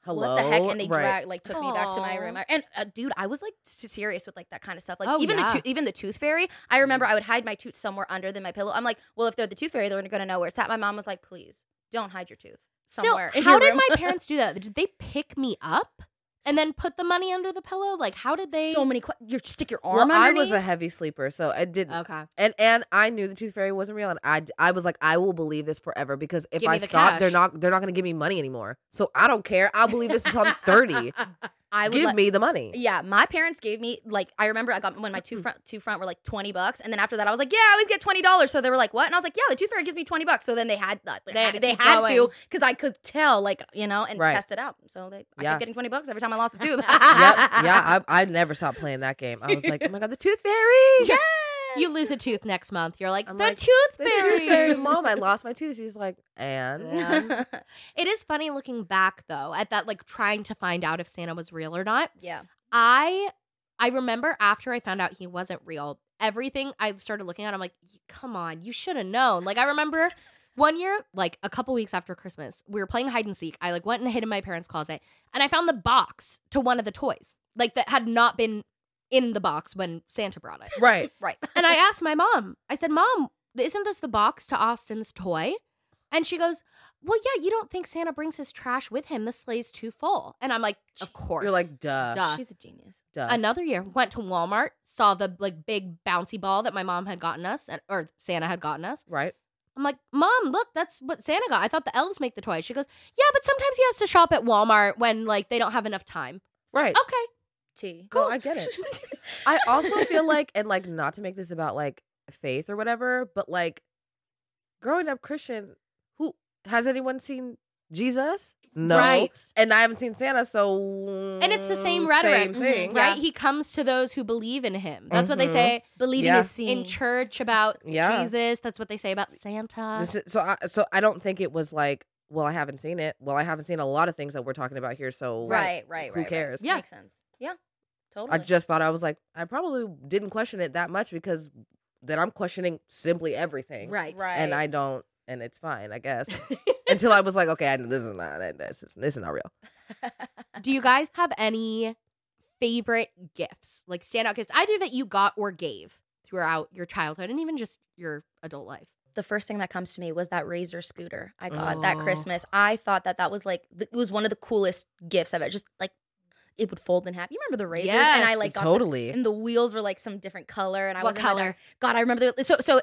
Speaker 3: Hello.
Speaker 4: what the heck? And they
Speaker 3: right.
Speaker 4: dragged like took me back to my
Speaker 2: Aw.
Speaker 4: room. I- And uh, dude, I was like s- serious with like that kind of stuff. Like
Speaker 2: Oh,
Speaker 4: even
Speaker 2: yeah. Mm-hmm.
Speaker 4: the tooth even the tooth fairy. I remember I would hide my tooth somewhere under than my pillow. I'm like, well, if they're the tooth fairy, they're gonna know where it's at. My mom was like, please don't hide your tooth somewhere.
Speaker 2: Still,
Speaker 4: in
Speaker 2: how
Speaker 4: your
Speaker 2: did
Speaker 4: room.
Speaker 2: my parents do that? Did they pick me up and then put the money under the pillow? Like, how did they?
Speaker 4: so many que- you stick your arm
Speaker 3: Well, I
Speaker 4: underneath? Oh.
Speaker 3: was a heavy sleeper, so it didn't.
Speaker 2: Okay.
Speaker 3: and and I knew the tooth fairy wasn't real, and I d- I was like, I will believe this forever because if
Speaker 2: Give me
Speaker 3: I
Speaker 2: the
Speaker 3: stop, they're
Speaker 2: cash.
Speaker 3: not they're not gonna give me money anymore. So I don't care. I'll believe this until I'm thirty.
Speaker 4: I would
Speaker 3: give
Speaker 4: let-
Speaker 3: me the money.
Speaker 4: Yeah, my parents gave me like I remember I got when my two
Speaker 3: Mm-hmm.
Speaker 4: front two front were like twenty bucks, and then after that I was like, yeah, I always get twenty dollars. So they were like, what? And I was like, yeah, the tooth fairy gives me twenty bucks. So then they had that they,
Speaker 2: They had
Speaker 4: had,
Speaker 2: to
Speaker 4: they
Speaker 2: keep
Speaker 4: had
Speaker 2: going.
Speaker 4: to because I could tell like you know and
Speaker 3: Right.
Speaker 4: test it out. So they I
Speaker 3: Yeah.
Speaker 4: kept getting twenty bucks every time I lost a tooth.
Speaker 3: yep. Yeah. I, I never stopped playing that game. I was like, oh my god, the tooth fairy.
Speaker 2: Yeah. You lose a tooth next month. You're like
Speaker 3: I'm
Speaker 2: the
Speaker 3: like,
Speaker 2: tooth
Speaker 3: The
Speaker 2: fairy.
Speaker 3: tooth fairy. Mom, I lost my tooth. She's like, and
Speaker 2: Yeah. it is funny looking back though at that like trying to find out if Santa was real or not.
Speaker 4: yeah.
Speaker 2: I I remember after I found out he wasn't real, everything I started looking at, I'm like, "Y- come on, you should have known. Like I remember one year, like a couple weeks after Christmas, we were playing hide and seek. I like went and hid in my parents' closet and I found the box to one of the toys. Like that had not been in the box when Santa brought it.
Speaker 3: right.
Speaker 4: Right.
Speaker 2: And I asked my mom, I said, Mom, isn't this the box to Austin's toy? And she goes, Well, yeah, you don't think Santa brings his trash with him. The sleigh's too full. And I'm like, Of course.
Speaker 3: You're like, duh,
Speaker 2: Duh.
Speaker 4: She's a genius.
Speaker 3: duh.
Speaker 2: Another year, went to Walmart, saw the like big bouncy ball that my mom had gotten us, and, or Santa had gotten us.
Speaker 3: right.
Speaker 2: I'm like, Mom, look, that's what Santa got. I thought the elves make the toys. She goes, Yeah, but sometimes he has to shop at Walmart when like they don't have enough time.
Speaker 3: Right.
Speaker 2: Okay.
Speaker 4: T.
Speaker 3: No, I get it. I also feel like, and like, not to make this about like faith or whatever, but like, growing up Christian, who has anyone seen Jesus? No,
Speaker 2: Right.
Speaker 3: and I haven't seen Santa, so
Speaker 2: And it's the same
Speaker 3: mm,
Speaker 2: rhetoric, Mm-hmm.
Speaker 3: same thing,
Speaker 2: right?
Speaker 4: Yeah.
Speaker 2: He comes to those who believe in him. That's what they
Speaker 3: Mhm.
Speaker 2: say
Speaker 4: Believing
Speaker 3: Yeah.
Speaker 4: is seeing.
Speaker 2: in church about
Speaker 3: Yeah.
Speaker 2: Jesus. That's what they say about Santa.
Speaker 3: This is, so, I, so I don't think it was like, well, I haven't seen it. Well, I haven't seen a lot of things that we're talking about here, so
Speaker 4: right, right, right.
Speaker 3: Who
Speaker 4: right.
Speaker 3: cares?
Speaker 2: Yeah.
Speaker 4: Makes sense. Yeah. Totally.
Speaker 3: I just thought I was like, I probably didn't question it that much because then I'm questioning simply everything,
Speaker 2: right.
Speaker 4: right.
Speaker 3: And I don't, and it's fine, I guess. Until I was like, okay, I, this is not, this is, this is not real.
Speaker 2: Do you guys have any favorite gifts, like standout gifts, either that you got or gave throughout your childhood and even just your adult life?
Speaker 4: the first thing that comes to me was that razor scooter I got that
Speaker 2: Oh.
Speaker 4: Christmas. I thought that that was like th- it was one of the coolest gifts I've ever just like it would fold in half. You remember the razors? And I
Speaker 2: Yes,
Speaker 4: like got the-
Speaker 3: totally.
Speaker 4: and the wheels were like some different color. And I
Speaker 2: what
Speaker 4: was in my
Speaker 2: color?
Speaker 4: God, I remember the so so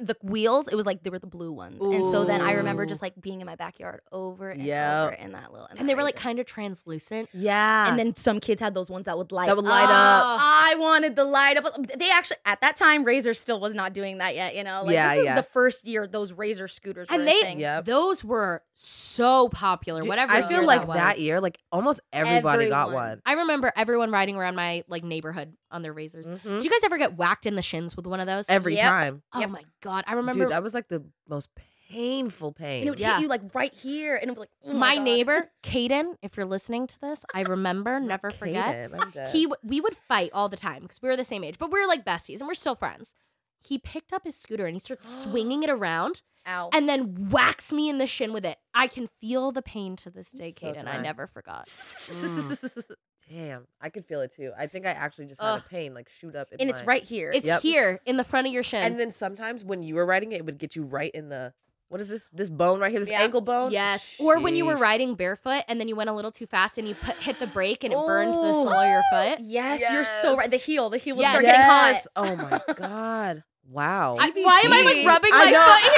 Speaker 4: the wheels, it was like they were the blue ones. And so then I remember just like being in my backyard over and
Speaker 3: Yep.
Speaker 4: over in that little in
Speaker 2: And
Speaker 4: that
Speaker 2: they were like
Speaker 4: razor.
Speaker 2: kind of translucent.
Speaker 4: Yeah. And then some kids had those ones that would light
Speaker 3: Ah. That would light up.
Speaker 4: I wanted the light up. They actually at that time Razor still was not doing that yet, you know. Like
Speaker 3: Yeah,
Speaker 4: this is
Speaker 3: yeah.
Speaker 4: the first year those Razor scooters were
Speaker 2: And
Speaker 4: a
Speaker 2: they
Speaker 4: thing.
Speaker 3: Yep.
Speaker 2: those were so popular. Whatever.
Speaker 3: I feel
Speaker 2: year
Speaker 3: like
Speaker 2: that, was.
Speaker 3: that year, like almost everybody got
Speaker 4: Everyone.
Speaker 3: one.
Speaker 2: I remember everyone riding around my like neighborhood on their razors.
Speaker 3: Mhm.
Speaker 2: Did you guys ever get whacked in the shins with one of those?
Speaker 3: Every
Speaker 4: Yep.
Speaker 3: time,
Speaker 2: oh
Speaker 4: Yep.
Speaker 2: my god! I remember
Speaker 3: dude, that was like the most painful pain.
Speaker 4: And it would
Speaker 2: Yeah.
Speaker 4: hit you like right here, and it was like oh
Speaker 2: my,
Speaker 4: God.
Speaker 2: neighbor Caden. If you're listening to this, I remember, never forget.
Speaker 3: Kaden, I'm dead.
Speaker 2: he w- we would fight all the time because we were the same age, but we were like besties and we're still friends. He picked up his scooter and he starts swinging it around
Speaker 4: Ow.
Speaker 2: and then whacks me in the shin with it. I can feel the pain to this day,
Speaker 3: So
Speaker 2: Kate, and I
Speaker 3: kind.
Speaker 2: never forgot.
Speaker 3: Mm.
Speaker 2: Mm.
Speaker 3: Damn, I could feel it too. I think I actually just had
Speaker 2: Ugh.
Speaker 3: a pain like shoot up, in
Speaker 4: and it's
Speaker 3: my-
Speaker 4: right here.
Speaker 2: It's
Speaker 3: Yep.
Speaker 2: here in the front of your shin.
Speaker 3: And then sometimes when you were riding it, it would get you right in the what is this? This bone right here, this
Speaker 4: Yeah.
Speaker 3: ankle bone.
Speaker 2: yes, or when you were
Speaker 3: Sheesh.
Speaker 2: riding barefoot and then you went a little too fast and you put, hit the brake and it burned the
Speaker 3: Oh.
Speaker 2: sole of your foot.
Speaker 4: yes, you're so right. The heel, the heel would
Speaker 2: Yes.
Speaker 4: start getting hot.
Speaker 3: Yes. Oh my god. Wow.
Speaker 2: I- why am I like
Speaker 4: TBT.
Speaker 2: rubbing
Speaker 3: I
Speaker 2: my foot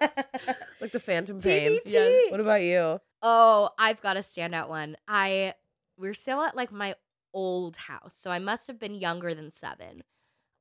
Speaker 2: here?
Speaker 4: foot here.
Speaker 3: like the phantom pains.
Speaker 4: TBT. Yes.
Speaker 3: What about you?
Speaker 2: Oh, I've got a standout one. I we're still at like my old house, so I must have been younger than seven.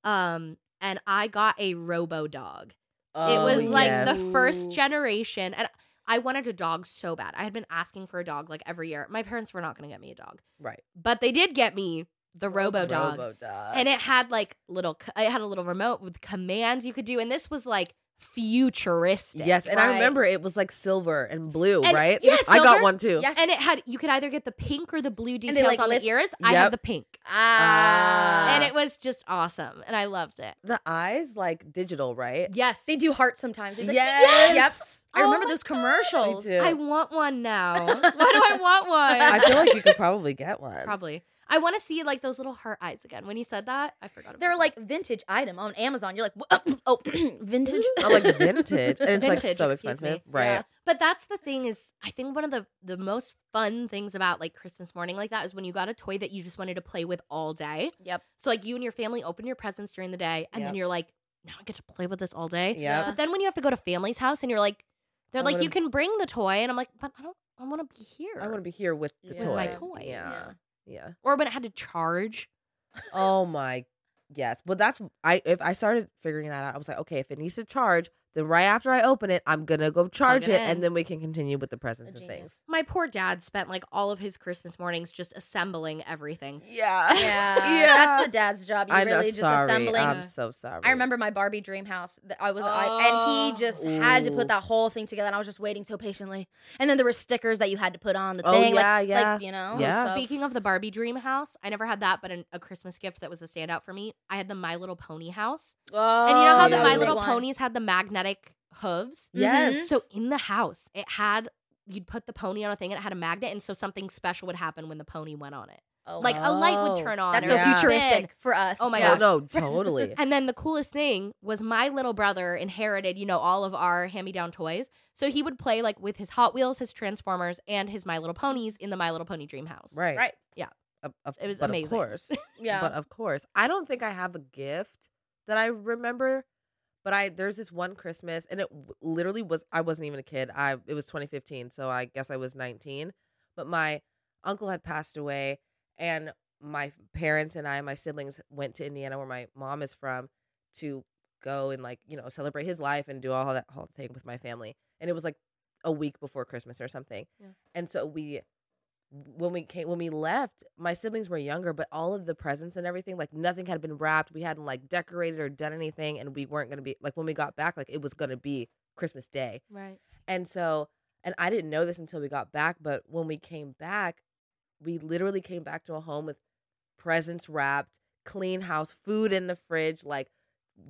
Speaker 2: Um, and I got a robo dog. it was
Speaker 3: Oh,
Speaker 2: like
Speaker 3: yes.
Speaker 2: the first generation, and I wanted a dog so bad. I had been asking for a dog like every year. My parents were not going to get me a dog,
Speaker 3: right
Speaker 2: but they did get me the robo dog,
Speaker 3: Robodog.
Speaker 2: and it had like little. c- It had a little remote with commands you could do, and this was like futuristic.
Speaker 3: yes, and
Speaker 4: right?
Speaker 3: I remember it was like silver and blue,
Speaker 2: And-
Speaker 3: right?
Speaker 2: yes,
Speaker 3: I
Speaker 2: silver.
Speaker 3: got one too.
Speaker 4: yes.
Speaker 2: And it had you could either get the pink or the blue
Speaker 4: they,
Speaker 2: details
Speaker 4: like,
Speaker 2: on
Speaker 4: lift-
Speaker 2: the ears. I had
Speaker 3: Yep.
Speaker 2: the pink.
Speaker 4: ah.
Speaker 2: And it was just awesome. And I loved it.
Speaker 3: The eyes like digital, right?
Speaker 2: Yes.
Speaker 4: they do heart sometimes. It's like,
Speaker 3: Yes.
Speaker 4: Yep. I
Speaker 2: Oh
Speaker 4: remember
Speaker 2: my
Speaker 4: those
Speaker 2: God.
Speaker 4: commercials.
Speaker 3: Me too.
Speaker 2: I want one now. Why do I want one?
Speaker 3: I feel like you could probably get one.
Speaker 2: Probably. I want to see like those little heart eyes again. When you said that, I forgot. About
Speaker 4: They're
Speaker 2: that.
Speaker 4: like vintage item on Amazon. You're like, oh, vintage.
Speaker 3: I'm Oh, like vintage, and it's like
Speaker 2: Vintage,
Speaker 3: so
Speaker 2: excuse
Speaker 3: expensive,
Speaker 2: me.
Speaker 3: right?
Speaker 2: But that's the thing is, I think one of the the most fun things about like Christmas morning like that is when you got a toy that you just wanted to play with all day.
Speaker 4: Yep.
Speaker 2: So like you and your family open your presents during the day, and then
Speaker 3: Yep.
Speaker 2: you're like, now I get to play with this all day.
Speaker 3: Yeah.
Speaker 2: But then when you have to go to family's house and you're like, they're
Speaker 3: Uh-huh. I
Speaker 2: like,
Speaker 3: wanna-
Speaker 2: you can bring the toy, and I'm like, but I don't, I want to be here.
Speaker 3: I want to be here with the
Speaker 4: With
Speaker 3: toy.
Speaker 2: my toy,
Speaker 3: Yeah. Yeah.
Speaker 2: Or when it had to charge.
Speaker 3: Oh my. Yes. But that's I if I started figuring that out, I was like, okay, if it needs to charge, then right after I open it, I'm gonna go charge
Speaker 2: it
Speaker 3: it,
Speaker 2: in.
Speaker 3: and then we can continue with the presents
Speaker 4: A
Speaker 3: and
Speaker 4: genius.
Speaker 3: things.
Speaker 2: My poor dad spent like all of his Christmas mornings just assembling everything.
Speaker 3: Yeah.
Speaker 4: Yeah,
Speaker 3: Yeah.
Speaker 4: that's the dad's job. You're
Speaker 3: I'm
Speaker 4: really just
Speaker 3: sorry. Um,
Speaker 4: assembling.
Speaker 3: I'm so sorry.
Speaker 4: I remember my Barbie dream house. that I was, I, and he
Speaker 2: Oh.
Speaker 4: just had to
Speaker 3: Ooh.
Speaker 4: put that whole thing together, and I was just waiting so patiently. And then there were stickers that you had to put on the
Speaker 3: Oh,
Speaker 4: thing,
Speaker 3: yeah,
Speaker 4: like,
Speaker 3: yeah.
Speaker 4: like you know,
Speaker 3: Yeah.
Speaker 4: stuff.
Speaker 2: Speaking of the Barbie dream house, I never had that, but an, a Christmas gift that was a standout for me. I had the My Little Pony house. and you know
Speaker 4: Oh,
Speaker 2: how
Speaker 3: that
Speaker 2: the
Speaker 3: was
Speaker 2: My
Speaker 3: a Mm-hmm. big
Speaker 2: Little
Speaker 4: one.
Speaker 2: Ponies had the magnetic hooves?
Speaker 3: Yes.
Speaker 4: Mhm.
Speaker 2: So in the house, it had you'd put the pony on a thing and it had a magnet, and so something special would happen when the pony went on it.
Speaker 4: Oh,
Speaker 2: Like a light would
Speaker 3: Oh.
Speaker 2: turn on.
Speaker 4: that's
Speaker 2: or
Speaker 4: so
Speaker 2: it would
Speaker 3: Yeah.
Speaker 4: futuristic
Speaker 2: spin.
Speaker 4: for us.
Speaker 2: Oh my
Speaker 3: No,
Speaker 2: gosh.
Speaker 3: no, totally.
Speaker 2: And then the coolest thing was my little brother inherited, you know, all of our hand-me-down toys. So he would play like with his Hot Wheels, his Transformers, and his My Little Ponies in the My Little Pony Dream House.
Speaker 3: right.
Speaker 4: Right.
Speaker 2: Yeah.
Speaker 3: Of- of-
Speaker 2: It was
Speaker 3: but
Speaker 2: amazing.
Speaker 3: Of course.
Speaker 4: Yeah.
Speaker 3: But of course, I don't think I have a gift that I remember, But I there's this one Christmas, and it w- literally was I wasn't even a kid. I it was 2015, so I guess I was 19. But my uncle had passed away, and my parents and I, my siblings, went to Indiana, where my mom is from, to go and like you know celebrate his life and do all that whole thing with my family. And it was like a week before Christmas or something.
Speaker 2: Yeah.
Speaker 3: And so we when we came when we left my siblings were younger but all of the presents and everything like nothing had been wrapped we hadn't like decorated or done anything and we weren't going to be like when we got back like it was going to be christmas day
Speaker 2: Right.
Speaker 3: and so and i didn't know this until we got back but when we came back we literally came back to a home with presents wrapped clean house food in the fridge like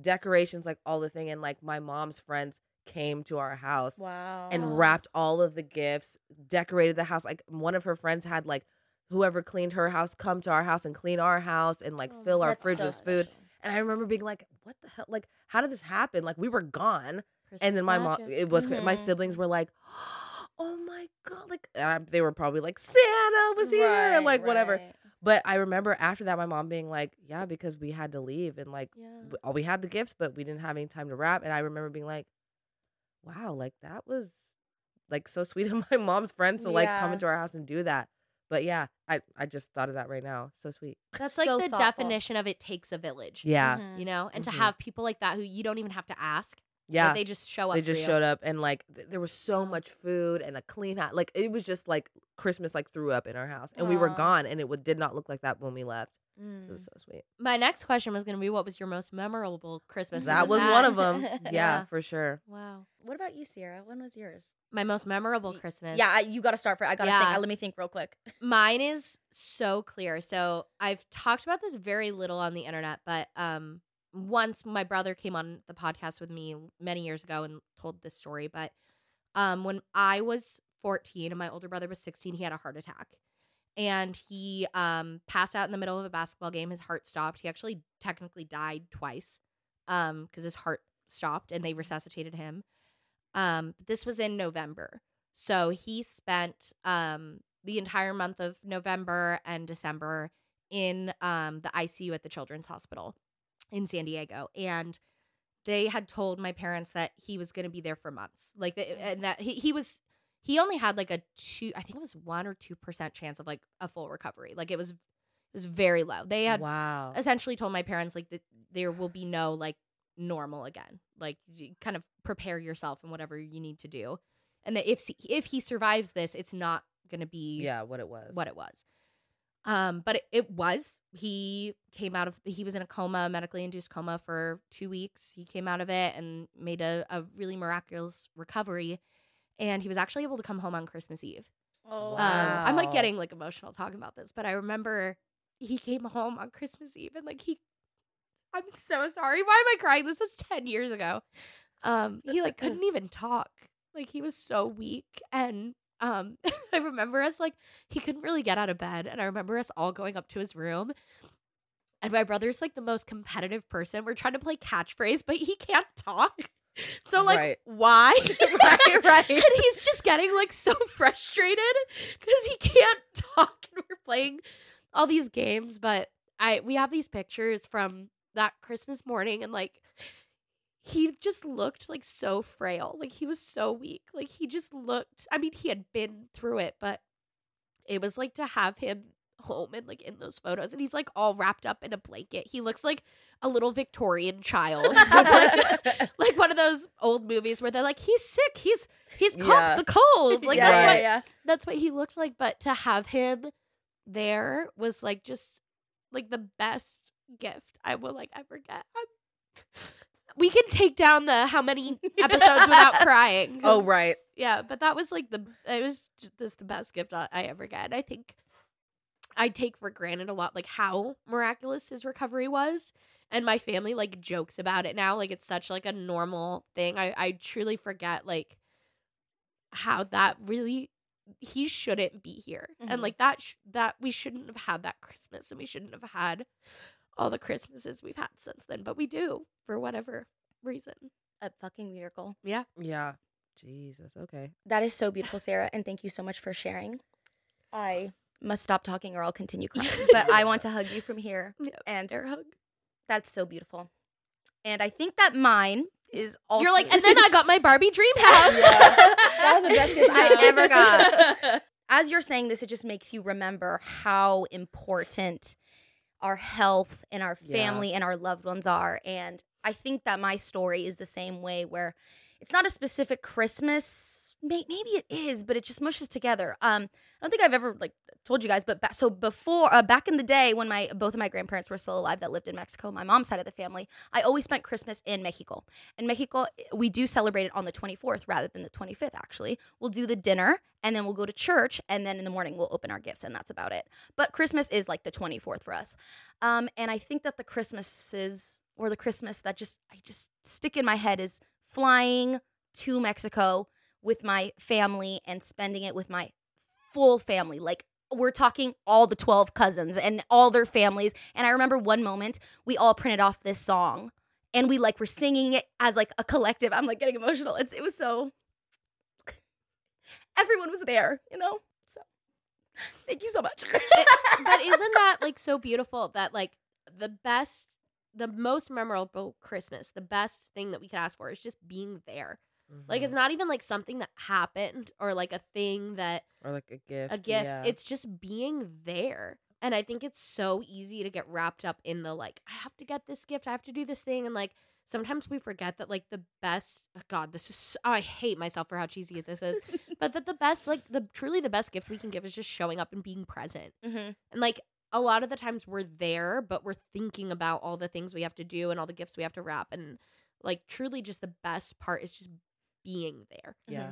Speaker 3: decorations like all the thing and like my mom's friends came to our house
Speaker 4: Wow.
Speaker 3: and wrapped all of the gifts, decorated the house. Like one of her friends had like whoever cleaned her house come to our house and clean our house and like fill our
Speaker 4: Oh, That's
Speaker 3: fridge
Speaker 4: so
Speaker 3: with food.
Speaker 4: special.
Speaker 3: And I remember being like, "What the hell? Like, how did this happen? Like, we were gone." and then my mom, it was cra my
Speaker 4: Mhm.
Speaker 3: siblings were like, "Oh my god!" Like uh, they were probably like, "Santa was here," and like whatever.
Speaker 4: right.
Speaker 3: But I remember after that, my mom being like, "Yeah, because we had to leave, and like
Speaker 5: Yeah.
Speaker 3: w- all we had the gifts, but we didn't have any time to wrap. And I remember being like, wow, like that was like so sweet of my mom's friends to like come
Speaker 4: Yeah.
Speaker 3: into our house and do that. But yeah, I, I just thought of that right now. So sweet.
Speaker 2: That's like
Speaker 4: So
Speaker 2: the
Speaker 4: thoughtful.
Speaker 2: definition of it takes a village.
Speaker 3: Yeah.
Speaker 2: You know, and
Speaker 3: Mhm.
Speaker 2: to have people like that who you don't even have to ask,
Speaker 3: Yeah.
Speaker 2: but they just show up.
Speaker 3: They
Speaker 2: for
Speaker 3: just
Speaker 2: you.
Speaker 3: showed up and like th- there was so much food and a clean house. Like it was just like Christmas like threw up in our house and we were
Speaker 4: Aw.
Speaker 3: gone and it would, did not look like that when we left. So it
Speaker 4: Mm.
Speaker 3: was so sweet.
Speaker 2: My next question was going to be, what was your most memorable Christmas?
Speaker 3: That
Speaker 2: Wasn't
Speaker 3: was
Speaker 4: that.
Speaker 3: one of them. yeah,
Speaker 2: Yeah.
Speaker 3: for sure.
Speaker 2: Wow.
Speaker 4: What about you, Sierra? When was yours?
Speaker 2: My most memorable
Speaker 4: Y-
Speaker 2: Christmas.
Speaker 4: Yeah, I, you got to start for. I got to think.
Speaker 2: Yeah.
Speaker 4: I- Let me think real quick.
Speaker 2: Mine is so clear. So I've talked about this very little on the internet, but um, once my brother came on the podcast with me many years ago and told this story. But um, when I was 14 and my older brother was 16, he had a heart attack. And he um, passed out in the middle of a basketball game. His heart stopped. He actually technically died twice because um, his heart stopped and they resuscitated him. Um, but this was in November. So he spent um, the entire month of November and December in um, the ICU at the Children's Hospital in San Diego. And they had told my parents that he was going to be there for months. Like, th- and that he, he was, he only had like a two, I think it was one or 2% chance of like a full recovery. Like, it was, it was very low. They had
Speaker 3: Wow.
Speaker 2: essentially told my parents like that there will be no like normal again. Like you kind of prepare yourself and whatever you need to do, and that if if he survives this, it's not gonna be
Speaker 3: Yeah, what it was.
Speaker 2: what it was. Um, but it, it was. He came out of he was in a coma, medically induced coma for two weeks. He came out of it and made a, a really miraculous recovery. And he was actually able to come home on Christmas Eve.
Speaker 3: Oh,
Speaker 2: Um, I'm
Speaker 3: Wow.
Speaker 2: like getting like emotional talking about this, but I remember he came home on Christmas Eve and like he, I'm so sorry. Why am I crying? This was 10 years ago. Um, he like couldn't even talk. Like he was so weak. And um, I remember us like, he couldn't really get out of bed. And I remember us all going up to his room. And my brother's like the most competitive person. We're trying to play catchphrase, but he can't talk. So like
Speaker 3: Right.
Speaker 2: why?
Speaker 3: Right, right.
Speaker 2: And he's just getting like so frustrated because he can't talk and we're playing all these games. But I we have these pictures from that Christmas morning and like he just looked like so frail. Like he was so weak. Like he just looked I mean, he had been through it, but it was like to have him home and like in those photos and he's like all wrapped up in a blanket. He looks like a little Victorian child. like, like one of those old movies where they're like, he's sick, he's he's caught
Speaker 3: Yeah.
Speaker 2: the cold. Like
Speaker 3: Yeah,
Speaker 2: that's
Speaker 3: yeah,
Speaker 2: what that's what he looked like. But to have him there was like just like the best gift I will like ever get. I'm, we can take down the how many episodes without crying. 'cause-
Speaker 3: Oh, right.
Speaker 2: Yeah, but that was like the it was just this the best gift I I ever get. And I think I take for granted a lot like how miraculous his recovery was. And my family like jokes about it now. Like it's such like a normal thing. I, I truly forget like how that really he shouldn't be here
Speaker 4: Mhm.
Speaker 2: and like that sh- that we shouldn't have had that christmas and we shouldn't have had all the christmases we've had since then but we do for whatever reason
Speaker 4: A fucking miracle.
Speaker 3: Yeah. Jesus. Okay.
Speaker 4: That is so beautiful, Sarah, and thank you so much for sharing. I must stop talking or I'll continue crying. but I want to hug you from here.
Speaker 2: Yeah.
Speaker 4: And
Speaker 2: air hug
Speaker 4: that's so beautiful. And I think that mine
Speaker 6: is also
Speaker 2: You're like, and then I got my Barbie dream house.
Speaker 4: That was the best gift I ever got. As you're saying this, it just makes you remember how important our health and our
Speaker 3: Yeah.
Speaker 4: family and our loved ones are. And I think that my story is the same way where it's not a specific Christmas. May- Maybe it is, but it just mushes together. Um, I don't think I've ever like told you guys, but ba- so before, uh, back in the day when my both of my grandparents were still alive that lived in Mexico, my mom's side of the family, I always spent Christmas in Mexico. In Mexico, we do celebrate it on the 24th rather than the 25th. Actually, we'll do the dinner and then we'll go to church, and then in the morning we'll open our gifts, and that's about it. But Christmas is like the 24th for us, um, and I think that the Christmases or the Christmas that just I just stick in my head is flying to Mexico with my family and spending it with my full family. Like we're talking all the 12 cousins and all their families. And I remember one moment we all printed off this song and we like were singing it as like a collective. I'm like getting emotional. It's it was so everyone was there, you know? So thank you so much.
Speaker 2: but isn't that like so beautiful that like the best the most memorable christmas the best thing that we could ask for is just being there like
Speaker 4: Mm-hmm.
Speaker 2: it's not even like something that happened or like a thing that
Speaker 3: Mm-hmm. or like a gift.
Speaker 2: a gift
Speaker 3: yeah.
Speaker 2: it's just being there and i think it's so easy to get wrapped up in the like i have to get this gift i have to do this thing and like sometimes we forget that like the best oh, god this is so, i hate myself for how cheesy this is but that the best like the truly the best gift we can give is just showing up and being present
Speaker 4: Mhm.
Speaker 2: and like a lot of the times we're there, but we're thinking about all the things we have to do and all the gifts we have to wrap. And like truly just the best part is just being there.
Speaker 3: yeah.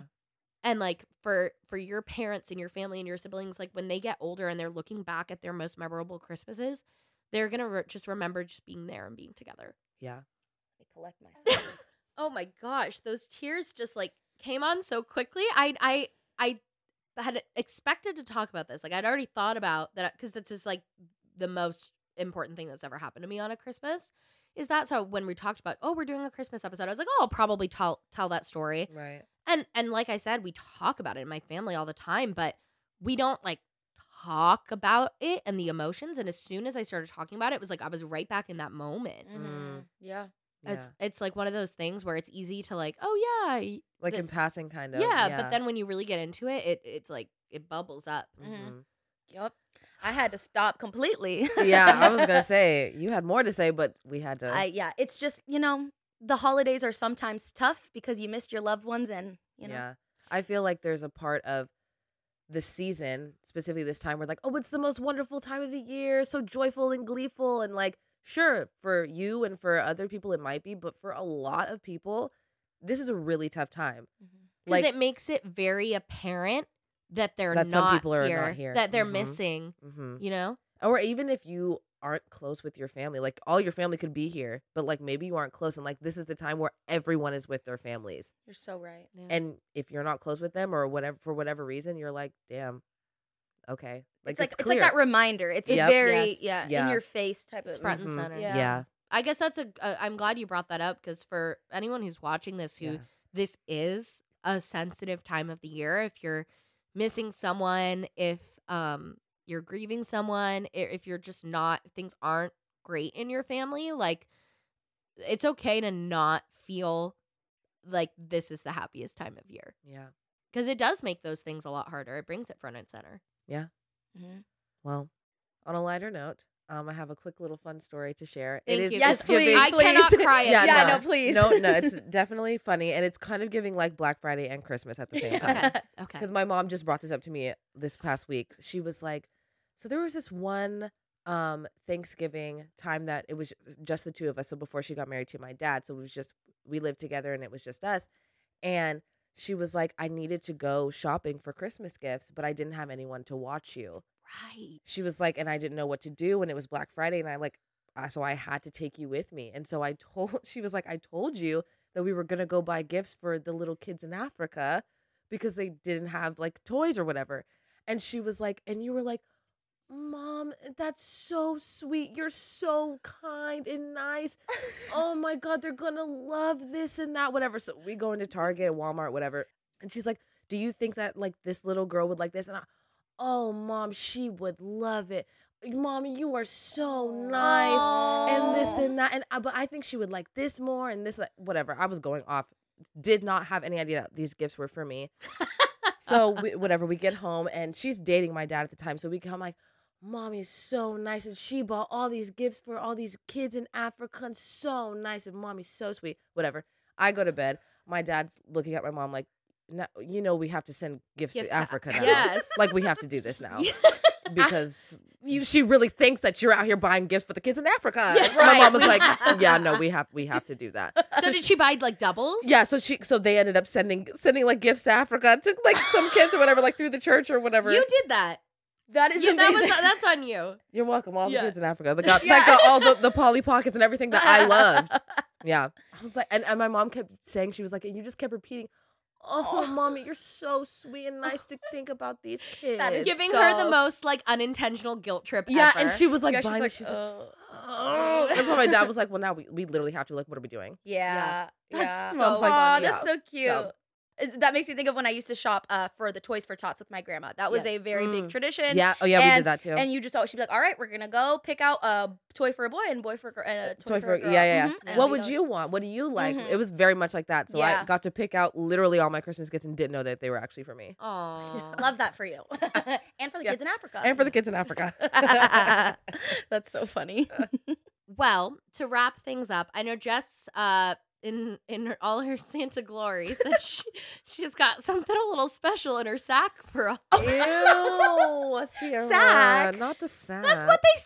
Speaker 2: And like for for your parents and your family and your siblings, like when they get older and they're looking back at their most memorable Christmases, they're gonna re- just remember just being there and being together.
Speaker 3: Yeah.
Speaker 4: Let me collect myself.
Speaker 2: Oh my gosh, those tears just like came on so quickly. I I I had expected to talk about this. Like I'd already thought about that because this is like the most important thing that's ever happened to me on a Christmas. Is that so? When we talked about oh we're doing a Christmas episode, I was like oh I'll probably tell tell that story.
Speaker 3: Right.
Speaker 2: And and like I said, we talk about it in my family all the time, but we don't like talk about it and the emotions. And as soon as I started talking about it, it was like I was right back in that moment.
Speaker 3: Mm.
Speaker 4: Yeah.
Speaker 3: Yeah.
Speaker 2: Mm-hmm. It's it's like one of those things where it's easy to like, oh yeah, y-
Speaker 3: like in
Speaker 2: this-
Speaker 3: passing, kind of.
Speaker 2: yeah, but then when you really get into it, it it's like it bubbles up.
Speaker 3: Mhm.
Speaker 4: Yep. I had to stop completely.
Speaker 3: yeah, I was gonna say you had more to say, but we had to.
Speaker 4: I yeah, it's just, you know, the holidays are sometimes tough because you missed your loved ones and, you know.
Speaker 3: Yeah. I feel like there's a part of the season, specifically this time, where like, oh, it's the most wonderful time of the year, so joyful and gleeful. And like, sure, for you and for other people, it might be, but for a lot of people, this is a really tough time.
Speaker 4: Mm-hmm.
Speaker 2: Because it makes it very apparent that they're
Speaker 3: That some
Speaker 2: not,
Speaker 3: people are not
Speaker 2: here,
Speaker 3: here.
Speaker 2: That they're
Speaker 3: Mhm.
Speaker 2: missing,
Speaker 3: hmm
Speaker 2: you know?
Speaker 3: Or even if you aren't close with your family, like all your family could be here, but like maybe you aren't close. And like, this is the time where everyone is with their families.
Speaker 4: You're so right.
Speaker 3: And if you're not close with them or whatever, for whatever reason, you're like, damn, okay.
Speaker 4: it's like it's, like that
Speaker 3: clear.
Speaker 4: reminder. It's
Speaker 3: Yep.
Speaker 4: a very
Speaker 2: Yes.
Speaker 4: yeah,
Speaker 3: Yeah.
Speaker 4: in your face type
Speaker 2: It's
Speaker 4: of
Speaker 2: front
Speaker 3: Mhm.
Speaker 2: and center.
Speaker 4: Yeah.
Speaker 3: yeah.
Speaker 2: I guess that's a. Uh, I'm glad you brought that up because for anyone who's watching this, who
Speaker 3: Yeah.
Speaker 2: this is a sensitive time of the year. If you're missing someone, if um you're grieving someone, i- if you're just not if things aren't great in your family, like it's okay to not feel like this is the happiest time of year
Speaker 3: Yeah.
Speaker 2: because it does make those things a lot harder. It brings it front and center.
Speaker 3: Mm-hmm.
Speaker 4: Mhm.
Speaker 3: Well, on a lighter note, um, I have a quick little fun story to share.
Speaker 2: Thank
Speaker 3: it is
Speaker 2: you.
Speaker 3: it's
Speaker 4: Yes, please.
Speaker 3: giving-
Speaker 2: I
Speaker 4: please.
Speaker 2: cannot cry it
Speaker 3: Yeah,
Speaker 2: down.
Speaker 4: yeah,
Speaker 3: no.
Speaker 4: no, please.
Speaker 3: No, no, it's definitely funny, and it's kind of giving like Black Friday and Christmas at the same time.
Speaker 2: Okay. Okay.
Speaker 3: Because my mom just brought this up to me this past week. She was like, "So there was this one um, Thanksgiving time that it was just the two of us. So before she got married to my dad, so it was just we lived together, and it was just us. And she was like, I needed to go shopping for Christmas gifts, but I didn't have anyone to watch you.
Speaker 2: Right.
Speaker 3: she was like and i didn't know what to do and it was black friday and i like I, so i had to take you with me and so i told she was like i told you that we were going to go buy gifts for the little kids in africa because they didn't have like toys or whatever and she was like and you were like mom that's so sweet you're so kind and nice oh my god they're going to love this and that whatever so we go into target walmart whatever and she's like do you think that like this little girl would like this and I, oh
Speaker 4: Oh,
Speaker 3: mom she would love it mom you are so nice and this this and that, and uh, but I think she would like this more and this, like, whatever. I was going off. Did not have any idea that these gifts were for me. so we, whatever, we get home and she's dating my dad at the time. So we come like, mommy is so nice and she bought all these gifts for all these kids in Africa and so nice and mommy's so sweet. Whatever. I go to bed. My dad's looking at my mom like, no, you know we have to send gifts,
Speaker 2: Gifts
Speaker 3: to
Speaker 2: to
Speaker 3: Africa now.
Speaker 2: Yes.
Speaker 3: Like we have to do this now.
Speaker 2: Yeah.
Speaker 3: Because
Speaker 2: You
Speaker 3: she
Speaker 2: s-
Speaker 3: really thinks that you're out here buying gifts for the kids in Africa.
Speaker 2: Yeah,
Speaker 3: My
Speaker 2: right.
Speaker 3: mom was like, "Yeah, no, we have we have to do that."
Speaker 2: So did she buy like doubles?
Speaker 3: Yeah, so she so they ended up sending sending like gifts to Africa to like some kids or whatever, like through the church or whatever.
Speaker 2: You did that.
Speaker 4: That is
Speaker 2: You- that
Speaker 4: amazing.
Speaker 2: was that's on you.
Speaker 3: You're welcome. All
Speaker 2: Yeah.
Speaker 3: the kids in Africa that got,
Speaker 4: Yeah.
Speaker 3: that got all the, the Polly Pockets and everything that I loved. Yeah. I was like, and, and my mom kept saying, she was like, and you just kept repeating, oh, mommy, you're so sweet and nice to think about these kids.
Speaker 4: That is
Speaker 2: Giving her the
Speaker 4: So-
Speaker 2: most like unintentional guilt trip
Speaker 3: Yeah,
Speaker 2: ever.
Speaker 3: and she was like,
Speaker 4: Yeah, she's
Speaker 3: buying
Speaker 4: like,
Speaker 3: it. She was like,
Speaker 4: "Uh,
Speaker 3: oh. That's why my dad was like, well, now we, we literally have to, like, what are we doing?
Speaker 4: Yeah.
Speaker 2: That's
Speaker 4: yeah.
Speaker 2: so Mom's
Speaker 3: like,
Speaker 4: Aw,
Speaker 3: funny.
Speaker 4: that's
Speaker 3: Yeah.
Speaker 4: so cute.
Speaker 3: So-
Speaker 4: It- That makes me think of when I used to shop uh, for the Toys for Tots with my grandma. That was a very big
Speaker 3: Mm.
Speaker 4: tradition.
Speaker 3: yeah. Oh, yeah, we did that too.
Speaker 4: And you just always she'd be like, "All right, we're gonna go pick out a toy for a boy and boy for a girl, and a toy, for, a girl."
Speaker 3: yeah, yeah, yeah.
Speaker 4: Mhm. And
Speaker 3: What
Speaker 4: we'd
Speaker 3: would
Speaker 4: always-
Speaker 3: you want? What do you like?
Speaker 4: Mhm.
Speaker 3: It was very much like that. So I
Speaker 4: Yeah.
Speaker 3: got to pick out literally all my Christmas gifts and didn't know that they were actually for
Speaker 4: Uh,
Speaker 3: me
Speaker 2: Aw.
Speaker 4: Love that for you, and for the
Speaker 3: Yeah.
Speaker 4: kids in Africa,
Speaker 3: and for the kids in Africa.
Speaker 4: That's so funny.
Speaker 2: Well, to wrap things up, I know Jess uh in in her, all her Santa glory said she, she's got something a little special in her sack for all.
Speaker 3: Ew, Sierra,
Speaker 4: Sack.
Speaker 3: not the sack.
Speaker 2: That's what they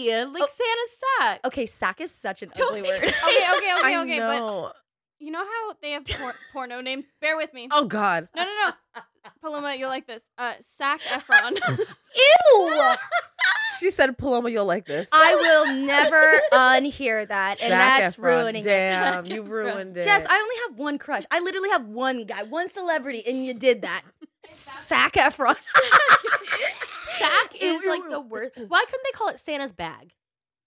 Speaker 2: say. Like
Speaker 3: Oh,
Speaker 2: Santa's sack.
Speaker 4: Okay, sack is such an
Speaker 2: Don't
Speaker 4: ugly
Speaker 2: think
Speaker 4: word.
Speaker 2: so.
Speaker 5: Okay, okay, okay,
Speaker 3: I
Speaker 5: okay. But
Speaker 3: know.
Speaker 5: you know how they have por- porno names? Bear with me.
Speaker 3: oh God,
Speaker 5: No, no, no. Paloma, you'll like this. Uh, Sac Efron.
Speaker 4: Ew!
Speaker 3: she said, Paloma, you'll like this.
Speaker 4: I will never unhear that, and
Speaker 3: Zac
Speaker 4: that's
Speaker 3: Efron.
Speaker 4: ruining it.
Speaker 3: Damn, you ruined it.
Speaker 4: Jess, I only have one crush. I literally have one guy, one celebrity, and you did that. Sack Efron.
Speaker 2: Sack is like the worst. Why couldn't they call it Santa's bag?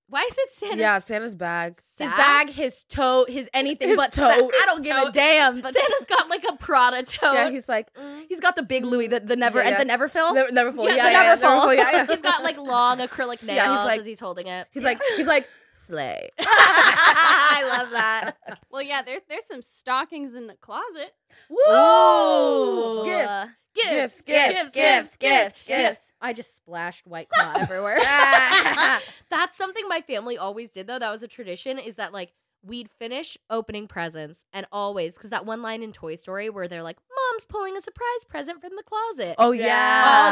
Speaker 2: Why is it Santa's
Speaker 3: yeah, Santa's bag.
Speaker 4: his
Speaker 2: sack?
Speaker 4: bag, his tote, his anything
Speaker 3: His
Speaker 4: but sack.
Speaker 3: tote.
Speaker 4: I don't give a
Speaker 2: Tote.
Speaker 4: damn. But
Speaker 2: Santa's got like a Prada tote.
Speaker 3: Yeah, he's like
Speaker 4: he's got the big Louis, the, the never
Speaker 3: Yeah,
Speaker 4: and
Speaker 3: yeah.
Speaker 4: the never fill.
Speaker 3: never, never full.
Speaker 4: Yeah,
Speaker 3: Yeah,
Speaker 4: the
Speaker 3: yeah, yeah,
Speaker 4: never full.
Speaker 3: full. Yeah, yeah.
Speaker 2: he's got like long acrylic nails
Speaker 3: Yeah, he's like-
Speaker 2: as he's holding it.
Speaker 3: He's like, he's like, slay.
Speaker 4: I love that.
Speaker 5: well, yeah, there's there's some stockings in the closet.
Speaker 3: Woo!
Speaker 4: Ooh.
Speaker 3: Gifts. Gifts,
Speaker 4: Gifts, gifts, gifts,
Speaker 2: You know,
Speaker 4: gifts.
Speaker 2: I just splashed white claw everywhere. That's something my family always did though. That was a tradition is that like we'd finish opening presents and always cuz that one line in Toy Story where they're like mom's pulling a surprise present from the closet.
Speaker 3: Oh
Speaker 4: Yeah.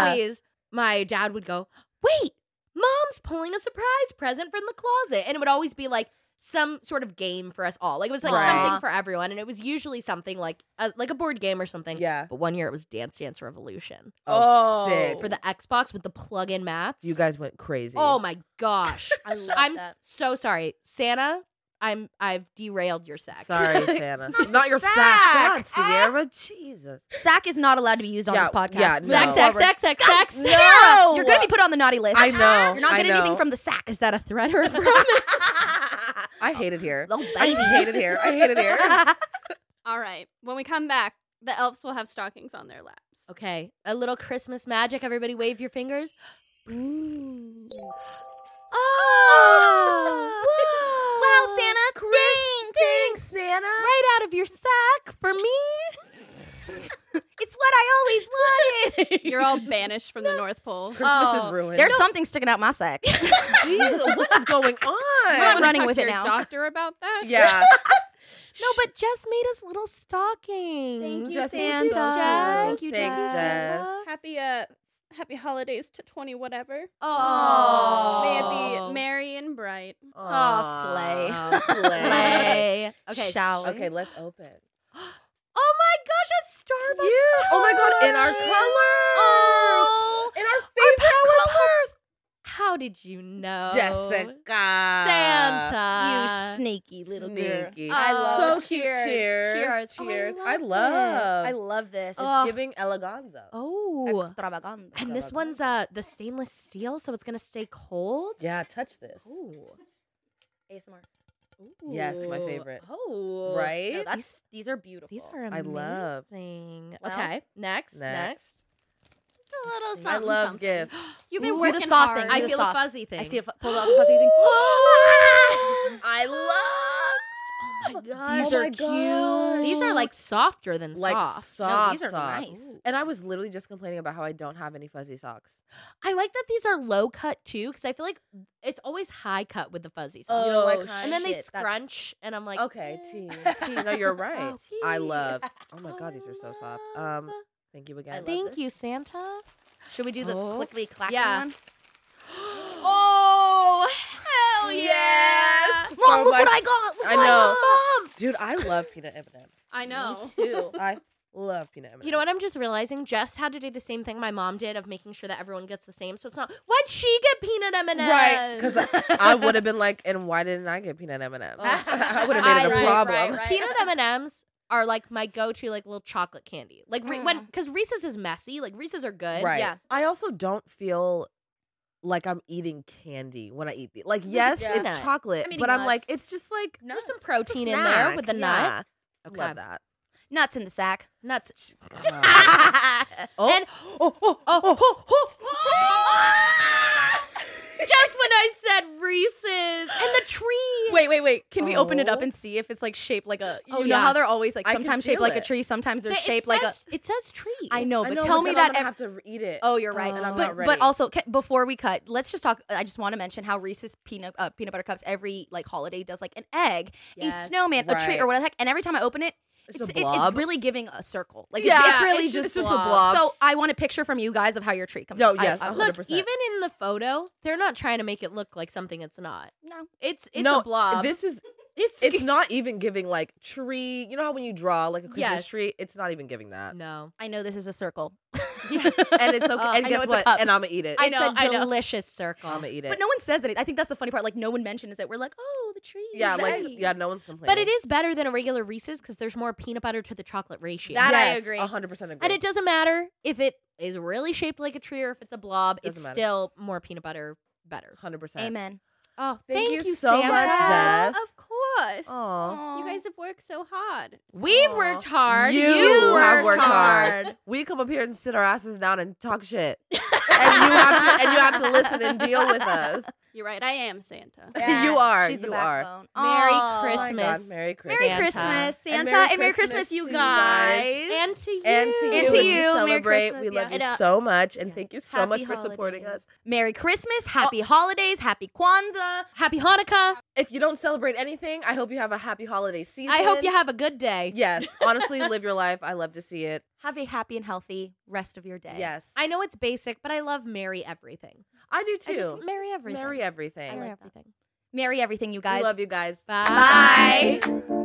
Speaker 3: yeah.
Speaker 2: Always my dad would go, "Wait, mom's pulling a surprise present from the closet." And it would always be like some sort of game for us all. Like it was like
Speaker 4: Right.
Speaker 2: something for everyone and it was usually something like a, like a board game or something.
Speaker 3: Yeah.
Speaker 2: But one year it was Dance Dance Revolution
Speaker 3: Oh,
Speaker 4: Oh.
Speaker 3: sick.
Speaker 2: for the Xbox with the plug-in mats.
Speaker 3: you guys went crazy.
Speaker 2: Oh my gosh.
Speaker 4: I love
Speaker 2: I'm
Speaker 4: that.
Speaker 2: so sorry. Santa, I'm I've derailed your sack.
Speaker 3: Sorry, Santa.
Speaker 4: Not
Speaker 3: Not your sack.
Speaker 4: sack.
Speaker 3: God, Sierra. Jesus.
Speaker 4: Sack is not allowed to be used on
Speaker 3: Yeah,
Speaker 4: this podcast.
Speaker 3: yeah,
Speaker 4: Moving
Speaker 3: no.
Speaker 2: Sack, sack,
Speaker 4: forward.
Speaker 2: sack, sack, sack,
Speaker 4: No!
Speaker 2: Sierra!
Speaker 4: You're gonna be put on the naughty list.
Speaker 3: I know.
Speaker 4: You're not
Speaker 3: I
Speaker 4: getting anything
Speaker 3: know.
Speaker 4: from the sack.
Speaker 2: Is that a threat or a promise?
Speaker 3: I hate it here.
Speaker 4: Little
Speaker 3: I
Speaker 4: baby.
Speaker 3: hate it here. I hate it here.
Speaker 5: All right, when we come back, the elves will have stockings on their laps.
Speaker 2: okay. A little Christmas magic. Everybody wave your fingers. Oh! Wow, Santa. Ding, ding,
Speaker 3: Santa.
Speaker 2: Right out of your sack for me.
Speaker 4: It's what I always wanted.
Speaker 5: You're all banished from the North Pole.
Speaker 3: Christmas
Speaker 4: Oh,
Speaker 3: is ruined.
Speaker 4: There's something sticking out my sack.
Speaker 3: Jeez, what is going
Speaker 5: You
Speaker 3: on?
Speaker 4: Run.
Speaker 5: wanna
Speaker 4: running
Speaker 5: talk
Speaker 4: with
Speaker 5: to
Speaker 4: it
Speaker 5: your
Speaker 4: now.
Speaker 5: Doctor about that.
Speaker 3: Yeah.
Speaker 2: No, but Jess made us little stockings.
Speaker 4: Thank you,
Speaker 3: Jess,
Speaker 4: Santa.
Speaker 3: you're so
Speaker 2: Jess.
Speaker 3: cute.
Speaker 2: Thank you,
Speaker 3: Thanks,
Speaker 2: Jess.
Speaker 3: Jess.
Speaker 5: Happy uh, happy holidays to twenty whatever.
Speaker 2: Oh,
Speaker 5: May it be merry and bright.
Speaker 3: Aw,
Speaker 4: slay.
Speaker 3: slay.
Speaker 2: Slay. Okay.
Speaker 4: Shall we?
Speaker 3: Okay, let's open.
Speaker 2: Oh my gosh, a Starbucks.
Speaker 3: Yeah. Oh my god, in our
Speaker 2: star.
Speaker 3: colors. In our
Speaker 2: Our
Speaker 3: favorite
Speaker 2: power-
Speaker 3: colors.
Speaker 2: How did you know?
Speaker 4: You
Speaker 2: uh,
Speaker 4: Uh,
Speaker 2: Santa.
Speaker 4: sneaky little girl.
Speaker 3: Sneaky.
Speaker 4: I
Speaker 3: Oh,
Speaker 4: love
Speaker 3: so
Speaker 4: it.
Speaker 3: cute. Cheers.
Speaker 4: Cheers.
Speaker 2: Cheers. Oh, I
Speaker 3: Cheers. I
Speaker 2: love
Speaker 3: love.
Speaker 4: I love this.
Speaker 3: It's
Speaker 2: Ugh.
Speaker 3: giving eleganza.
Speaker 2: Oh.
Speaker 4: Extravagant.
Speaker 2: And this one's uh the stainless steel, so it's gonna stay cold.
Speaker 3: Yeah, touch this.
Speaker 2: Ooh.
Speaker 4: ASMR.
Speaker 3: Yes, my favorite.
Speaker 2: Oh.
Speaker 3: Right?
Speaker 4: No, that's, these are beautiful.
Speaker 2: These are
Speaker 3: I
Speaker 2: amazing.
Speaker 3: love.
Speaker 4: Well,
Speaker 2: okay. Next. Next.
Speaker 3: next.
Speaker 2: A little something.
Speaker 3: I love
Speaker 5: something.
Speaker 3: gifts.
Speaker 5: You've
Speaker 4: Ooh,
Speaker 5: been
Speaker 4: do the
Speaker 5: working
Speaker 4: soft
Speaker 5: hard.
Speaker 4: thing, do
Speaker 2: I
Speaker 4: the
Speaker 2: feel
Speaker 4: soft.
Speaker 2: a fuzzy thing.
Speaker 3: Oh
Speaker 4: I see a fu- pull out the fuzzy thing.
Speaker 2: Oh,
Speaker 3: I Oh my God.
Speaker 2: These are like softer than
Speaker 3: like
Speaker 2: soft.
Speaker 4: No,
Speaker 3: soft
Speaker 4: these are
Speaker 3: socks.
Speaker 4: nice.
Speaker 3: And I was literally just complaining about how I don't have any fuzzy socks.
Speaker 2: I like that these are low cut too, because I feel like it's always high cut with the fuzzy socks.
Speaker 3: Oh,
Speaker 2: and then they
Speaker 4: shit, that's-
Speaker 2: scrunch, and I'm like,
Speaker 3: okay,
Speaker 2: eh.
Speaker 3: T, T. No, you're right.
Speaker 2: Oh,
Speaker 3: I
Speaker 2: tea.
Speaker 3: love. Oh my
Speaker 2: Oh,
Speaker 3: God,
Speaker 2: I
Speaker 3: these are so soft.
Speaker 2: love-
Speaker 3: Um, thank you again.
Speaker 4: I love
Speaker 2: thank
Speaker 4: this.
Speaker 2: you, Santa.
Speaker 4: Should we do the
Speaker 3: Oh.
Speaker 4: clickly clack
Speaker 2: Yeah.
Speaker 4: one? oh, hell yes!
Speaker 3: Yes.
Speaker 4: Mom,
Speaker 3: Oh
Speaker 4: look
Speaker 3: my
Speaker 4: what I
Speaker 3: s-
Speaker 4: got! Look
Speaker 3: I
Speaker 4: what
Speaker 3: know.
Speaker 4: got, Mom!
Speaker 3: Dude, I love peanut M&Ms.
Speaker 5: I know.
Speaker 4: Too.
Speaker 3: I love peanut M&Ms.
Speaker 2: You know what? I'm just realizing Jess had to do the same thing my mom did of making sure that everyone gets the same. So it's not why'd she get peanut M and M's?
Speaker 3: Right, because I would have been like, and why didn't I get peanut M&Ms? I would have made it a
Speaker 2: Right,
Speaker 3: problem.
Speaker 4: Oh. right.
Speaker 2: peanut M and M's are like my go to like little chocolate candy. Like re- when because Reese's is messy. Like Reese's are good.
Speaker 3: Mm. Right.
Speaker 4: Yeah.
Speaker 3: I also don't feel like I'm eating candy when I eat the Like, yes,
Speaker 4: Yeah.
Speaker 3: it's
Speaker 2: Peanut.
Speaker 3: chocolate,
Speaker 4: I'm eating
Speaker 3: but I'm like,
Speaker 4: nuts.
Speaker 3: it's just like
Speaker 2: There's some
Speaker 4: Nuts.
Speaker 3: it's a
Speaker 2: protein in there
Speaker 3: snack.
Speaker 2: with the nut.
Speaker 3: yeah.
Speaker 2: Okay.
Speaker 3: Love that.
Speaker 4: Nuts in the sack.
Speaker 2: Nuts.
Speaker 3: Uh,
Speaker 2: Oh. And
Speaker 3: oh, oh,
Speaker 2: oh, ho, ho, ho. just when I said Reese's and the tree.
Speaker 4: Wait, wait, wait. Can we open it up
Speaker 3: Oh.
Speaker 4: and see if it's like shaped like a you
Speaker 2: Oh,
Speaker 4: know
Speaker 2: yeah.
Speaker 4: how they're always like
Speaker 3: I can
Speaker 4: sometimes shaped
Speaker 3: feel
Speaker 4: like a
Speaker 3: it.
Speaker 4: tree, sometimes they're
Speaker 2: It
Speaker 4: shaped like a
Speaker 2: says- it says tree.
Speaker 4: I know,
Speaker 3: I
Speaker 4: but
Speaker 3: know,
Speaker 4: tell
Speaker 3: but
Speaker 4: me
Speaker 3: then
Speaker 4: that
Speaker 3: I'm gonna
Speaker 4: ev-
Speaker 3: have to eat it.
Speaker 4: Oh, you're right.
Speaker 3: And I'm
Speaker 4: but,
Speaker 3: not
Speaker 4: but
Speaker 3: ready.
Speaker 4: also, ca- before we cut, let's just talk. I just want to mention how Reese's peanut uh, peanut butter cups every like holiday does like an egg, a
Speaker 2: Yes.
Speaker 4: snowman, a tree,
Speaker 3: Right.
Speaker 4: or what the heck. And every time I open it,
Speaker 3: It's
Speaker 4: it's
Speaker 3: a
Speaker 4: it's, it's
Speaker 3: blob.
Speaker 4: really giving a circle. Like
Speaker 3: Yeah,
Speaker 4: it's, it's really
Speaker 3: it's
Speaker 4: just,
Speaker 3: just- it's just a blob.
Speaker 4: So I want a picture from you guys of how your tree comes.
Speaker 3: No,
Speaker 4: out. I-
Speaker 3: yes,
Speaker 4: I-
Speaker 3: I'll-
Speaker 2: Look,
Speaker 3: 100%.
Speaker 2: even in the photo, they're not trying to make it look like something it's not.
Speaker 4: no.
Speaker 2: It's it's
Speaker 3: no,
Speaker 2: a blob.
Speaker 3: This is
Speaker 2: it's
Speaker 3: it's not even giving like tree. You know how when you draw like a Christmas
Speaker 2: Yes.
Speaker 3: tree, it's not even giving that.
Speaker 2: no.
Speaker 4: I know this is a circle,
Speaker 3: And it's okay.
Speaker 2: Uh,
Speaker 3: and
Speaker 4: I know
Speaker 3: guess
Speaker 4: it's a
Speaker 3: what?
Speaker 4: cup.
Speaker 3: And I'm gonna eat it.
Speaker 4: I
Speaker 2: it's
Speaker 4: know, I
Speaker 2: a
Speaker 4: know.
Speaker 2: delicious circle.
Speaker 3: I'm gonna eat it.
Speaker 4: but no one says anything. I think that's the funny part. Like no one mentions it. We're like, oh, the tree.
Speaker 3: yeah,
Speaker 4: the
Speaker 3: like
Speaker 4: egg.
Speaker 3: yeah, no one's complaining.
Speaker 2: But it is better than a regular Reese's because there's more peanut butter to the chocolate ratio.
Speaker 4: That I
Speaker 3: Yes,
Speaker 4: agree.
Speaker 3: 100% agree.
Speaker 2: and it doesn't matter if it is really shaped like a tree or if it's a blob.
Speaker 3: Doesn't
Speaker 2: it's
Speaker 3: matter.
Speaker 2: still more peanut butter better.
Speaker 3: 100%.
Speaker 4: Amen.
Speaker 2: Oh,
Speaker 3: Thank
Speaker 2: thank,
Speaker 3: you so
Speaker 2: Santa.
Speaker 3: much, Jess.
Speaker 5: Of course.
Speaker 3: Aw.
Speaker 5: You guys have worked so hard.
Speaker 2: We've
Speaker 3: Aw.
Speaker 2: worked hard.
Speaker 3: You have worked hard. We come up here and sit our asses down and talk shit. and you have to and you have to listen and deal with us.
Speaker 5: You're right. I am Santa.
Speaker 3: Yeah, You are,
Speaker 4: She's the
Speaker 3: you are.
Speaker 4: backbone.
Speaker 2: Merry
Speaker 4: Aw.
Speaker 3: Oh my God,
Speaker 2: Christmas,
Speaker 3: Merry Christmas.
Speaker 4: Merry
Speaker 2: Santa.
Speaker 4: Christmas, Santa, and
Speaker 3: And
Speaker 4: Merry,
Speaker 3: Merry
Speaker 4: Christmas,
Speaker 3: Christmas
Speaker 4: you
Speaker 3: to you
Speaker 4: guys.
Speaker 3: guys.
Speaker 2: And to you.
Speaker 3: And to you, and
Speaker 4: And to
Speaker 3: we
Speaker 4: you. Merry
Speaker 3: celebrate.
Speaker 4: Christmas,
Speaker 3: We love
Speaker 4: yeah.
Speaker 3: you
Speaker 2: And, uh,
Speaker 3: so much, and
Speaker 2: yes.
Speaker 3: thank you so
Speaker 2: Happy
Speaker 3: much for supporting
Speaker 2: holidays.
Speaker 3: us.
Speaker 4: Merry Christmas, happy holidays, happy Kwanzaa.
Speaker 2: Happy Hanukkah.
Speaker 3: If you don't celebrate anything, I hope you have a happy holiday season.
Speaker 2: I hope you have a good day.
Speaker 3: Yes, honestly, live your life. I love to see it.
Speaker 4: Have a happy and healthy rest of your day.
Speaker 3: Yes, I,
Speaker 2: I know it's basic, but I love Merry Everything.
Speaker 3: do
Speaker 2: I just-
Speaker 3: too.
Speaker 2: Merry Everything.
Speaker 3: Merry everything.
Speaker 2: Merry
Speaker 3: We
Speaker 2: Everything.
Speaker 4: Merry everything, you guys.
Speaker 3: love you guys.
Speaker 2: Bye.
Speaker 4: Bye.